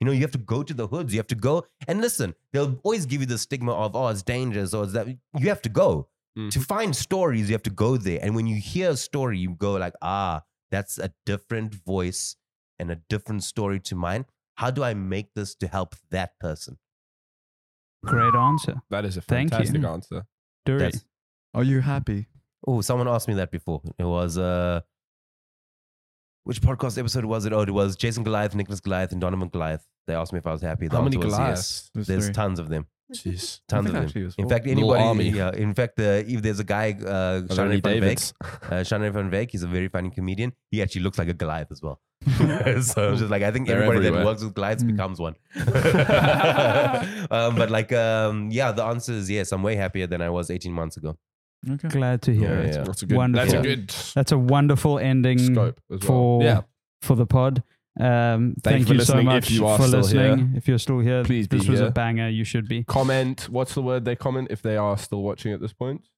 S2: You know, you have to go to the hoods. You have to go and listen. They'll always give you the stigma of oh, it's dangerous or it's that. You have to go
S1: Mm.
S2: to find stories. You have to go there, and when you hear a story, you go like, ah, that's a different voice and a different story to mine. How do I make this to help that person?
S5: Great answer.
S1: That is a
S5: Thank you.
S1: fantastic answer.
S5: Duri.
S2: That's-
S3: Are you happy?
S2: Oh, someone asked me that before. It was uh which podcast episode was it? Oh, it was Jason Goliath, Nicholas Goliath, and Donovan Goliath. They asked me if I was happy. The
S1: How many
S2: answer was
S1: glass?
S2: yes. There's
S3: three.
S2: tons of them.
S1: Jeez.
S2: Tons of
S3: think
S2: them.
S3: actually it was
S2: In
S3: four.
S2: fact,
S1: Little
S2: anybody.
S1: army.
S2: Yeah. In fact, uh, if there's a guy, uh, Shannon van Veek, uh, Shannon van Veek, he's a very funny comedian. He actually looks like a Goliath as well. so it's just like I think
S1: They're
S2: everybody
S1: everywhere.
S2: that
S1: Hmm.
S2: works with Goliaths
S3: Mm.
S2: becomes one. um, but like, um, yeah, the answer is yes. I'm way happier than I was 18 months ago.
S3: Okay.
S5: Glad to hear
S2: Yeah,
S5: it.
S2: yeah.
S1: That's a good. That's a
S5: Wonderful.
S1: good
S5: That's a wonderful ending
S1: scope as well.
S5: for
S1: yeah,
S5: for the pod. Um, thank
S1: for
S5: you so
S1: listening if
S5: much
S1: you are
S5: for
S1: still
S5: listening. If you're still here,
S1: Please be
S5: this was
S1: here.
S5: a banger. You should be.
S1: comment. What's the word they comment if they are still watching at this point?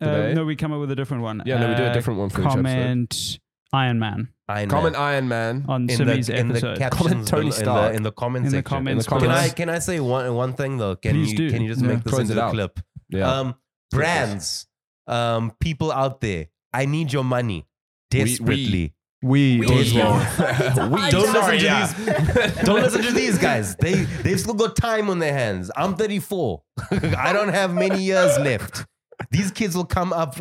S5: Uh,
S1: Today?
S5: no, we come up with a different one.
S1: Yeah, no, we do a
S5: Uh,
S1: different one for each episode.
S5: Comment Iron Man
S2: Iron
S1: Comment
S2: Man.
S1: Iron Man.
S5: on
S2: in
S5: Simi's
S2: the, in the
S5: episode.
S2: captions
S1: Comment Tony
S2: below- in
S1: Stark.
S2: the, in the comment
S5: In the
S2: section.
S5: comments,
S1: comments.
S2: Can I
S5: below.
S2: can I say one one thing though? Can
S5: Please
S2: you
S5: do.
S2: can you just
S5: Yeah.
S2: make this
S1: Close
S2: into
S1: it
S2: a
S1: out.
S2: clip?
S1: yeah,
S2: Um, brands, um, people out there, I need your money
S1: we-
S2: desperately.
S3: We,
S4: We
S3: Oswald.
S4: know.
S1: We
S2: don't listen
S1: Sorry,
S2: to Um,
S1: yeah.
S2: these. Don't listen to these guys. They they've still got time on their hands. I'm 34. I don't have many years left. These kids will come up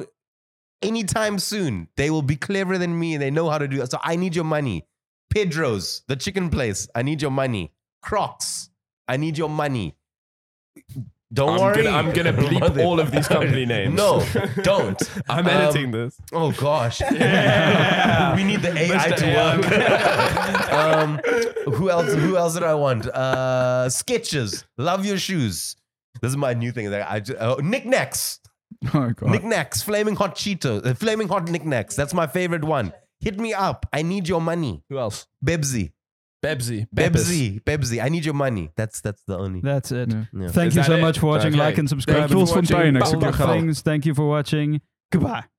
S2: anytime soon. They will be cleverer than me and they know how to do that. So I need your money. Pedro's, the chicken place. I need your money. Crocs. I need your money. Don't
S1: I'm
S2: worry.
S1: gonna, I'm gonna bleep all of these company names.
S2: No, don't.
S1: I'm
S2: Um,
S1: editing this.
S2: Oh gosh. we need the AI
S5: Mr.
S2: to work. um, who else? Who else did I want? Uh, sketches. Love your shoes. This is my new thing. Like I just, oh, knickknacks.
S3: Oh, God.
S2: Knickknacks. Flaming hot Cheetos. Uh, flaming hot knickknacks. That's my favorite one. Hit me up. I need your money.
S1: Who else?
S2: Bebsy.
S1: Bebsy. Bebsy.
S2: Bebsy. Bebsy. I need your money. That's that's the only.
S5: That's it.
S3: Yeah.
S2: Yeah.
S5: Thank
S1: Is
S5: you
S1: that
S5: so
S1: it?
S5: much for watching.
S1: Okay.
S5: Like and subscribe.
S1: you
S5: and
S1: for watching.
S5: all
S1: Bye.
S5: things. Thank you for watching. Goodbye.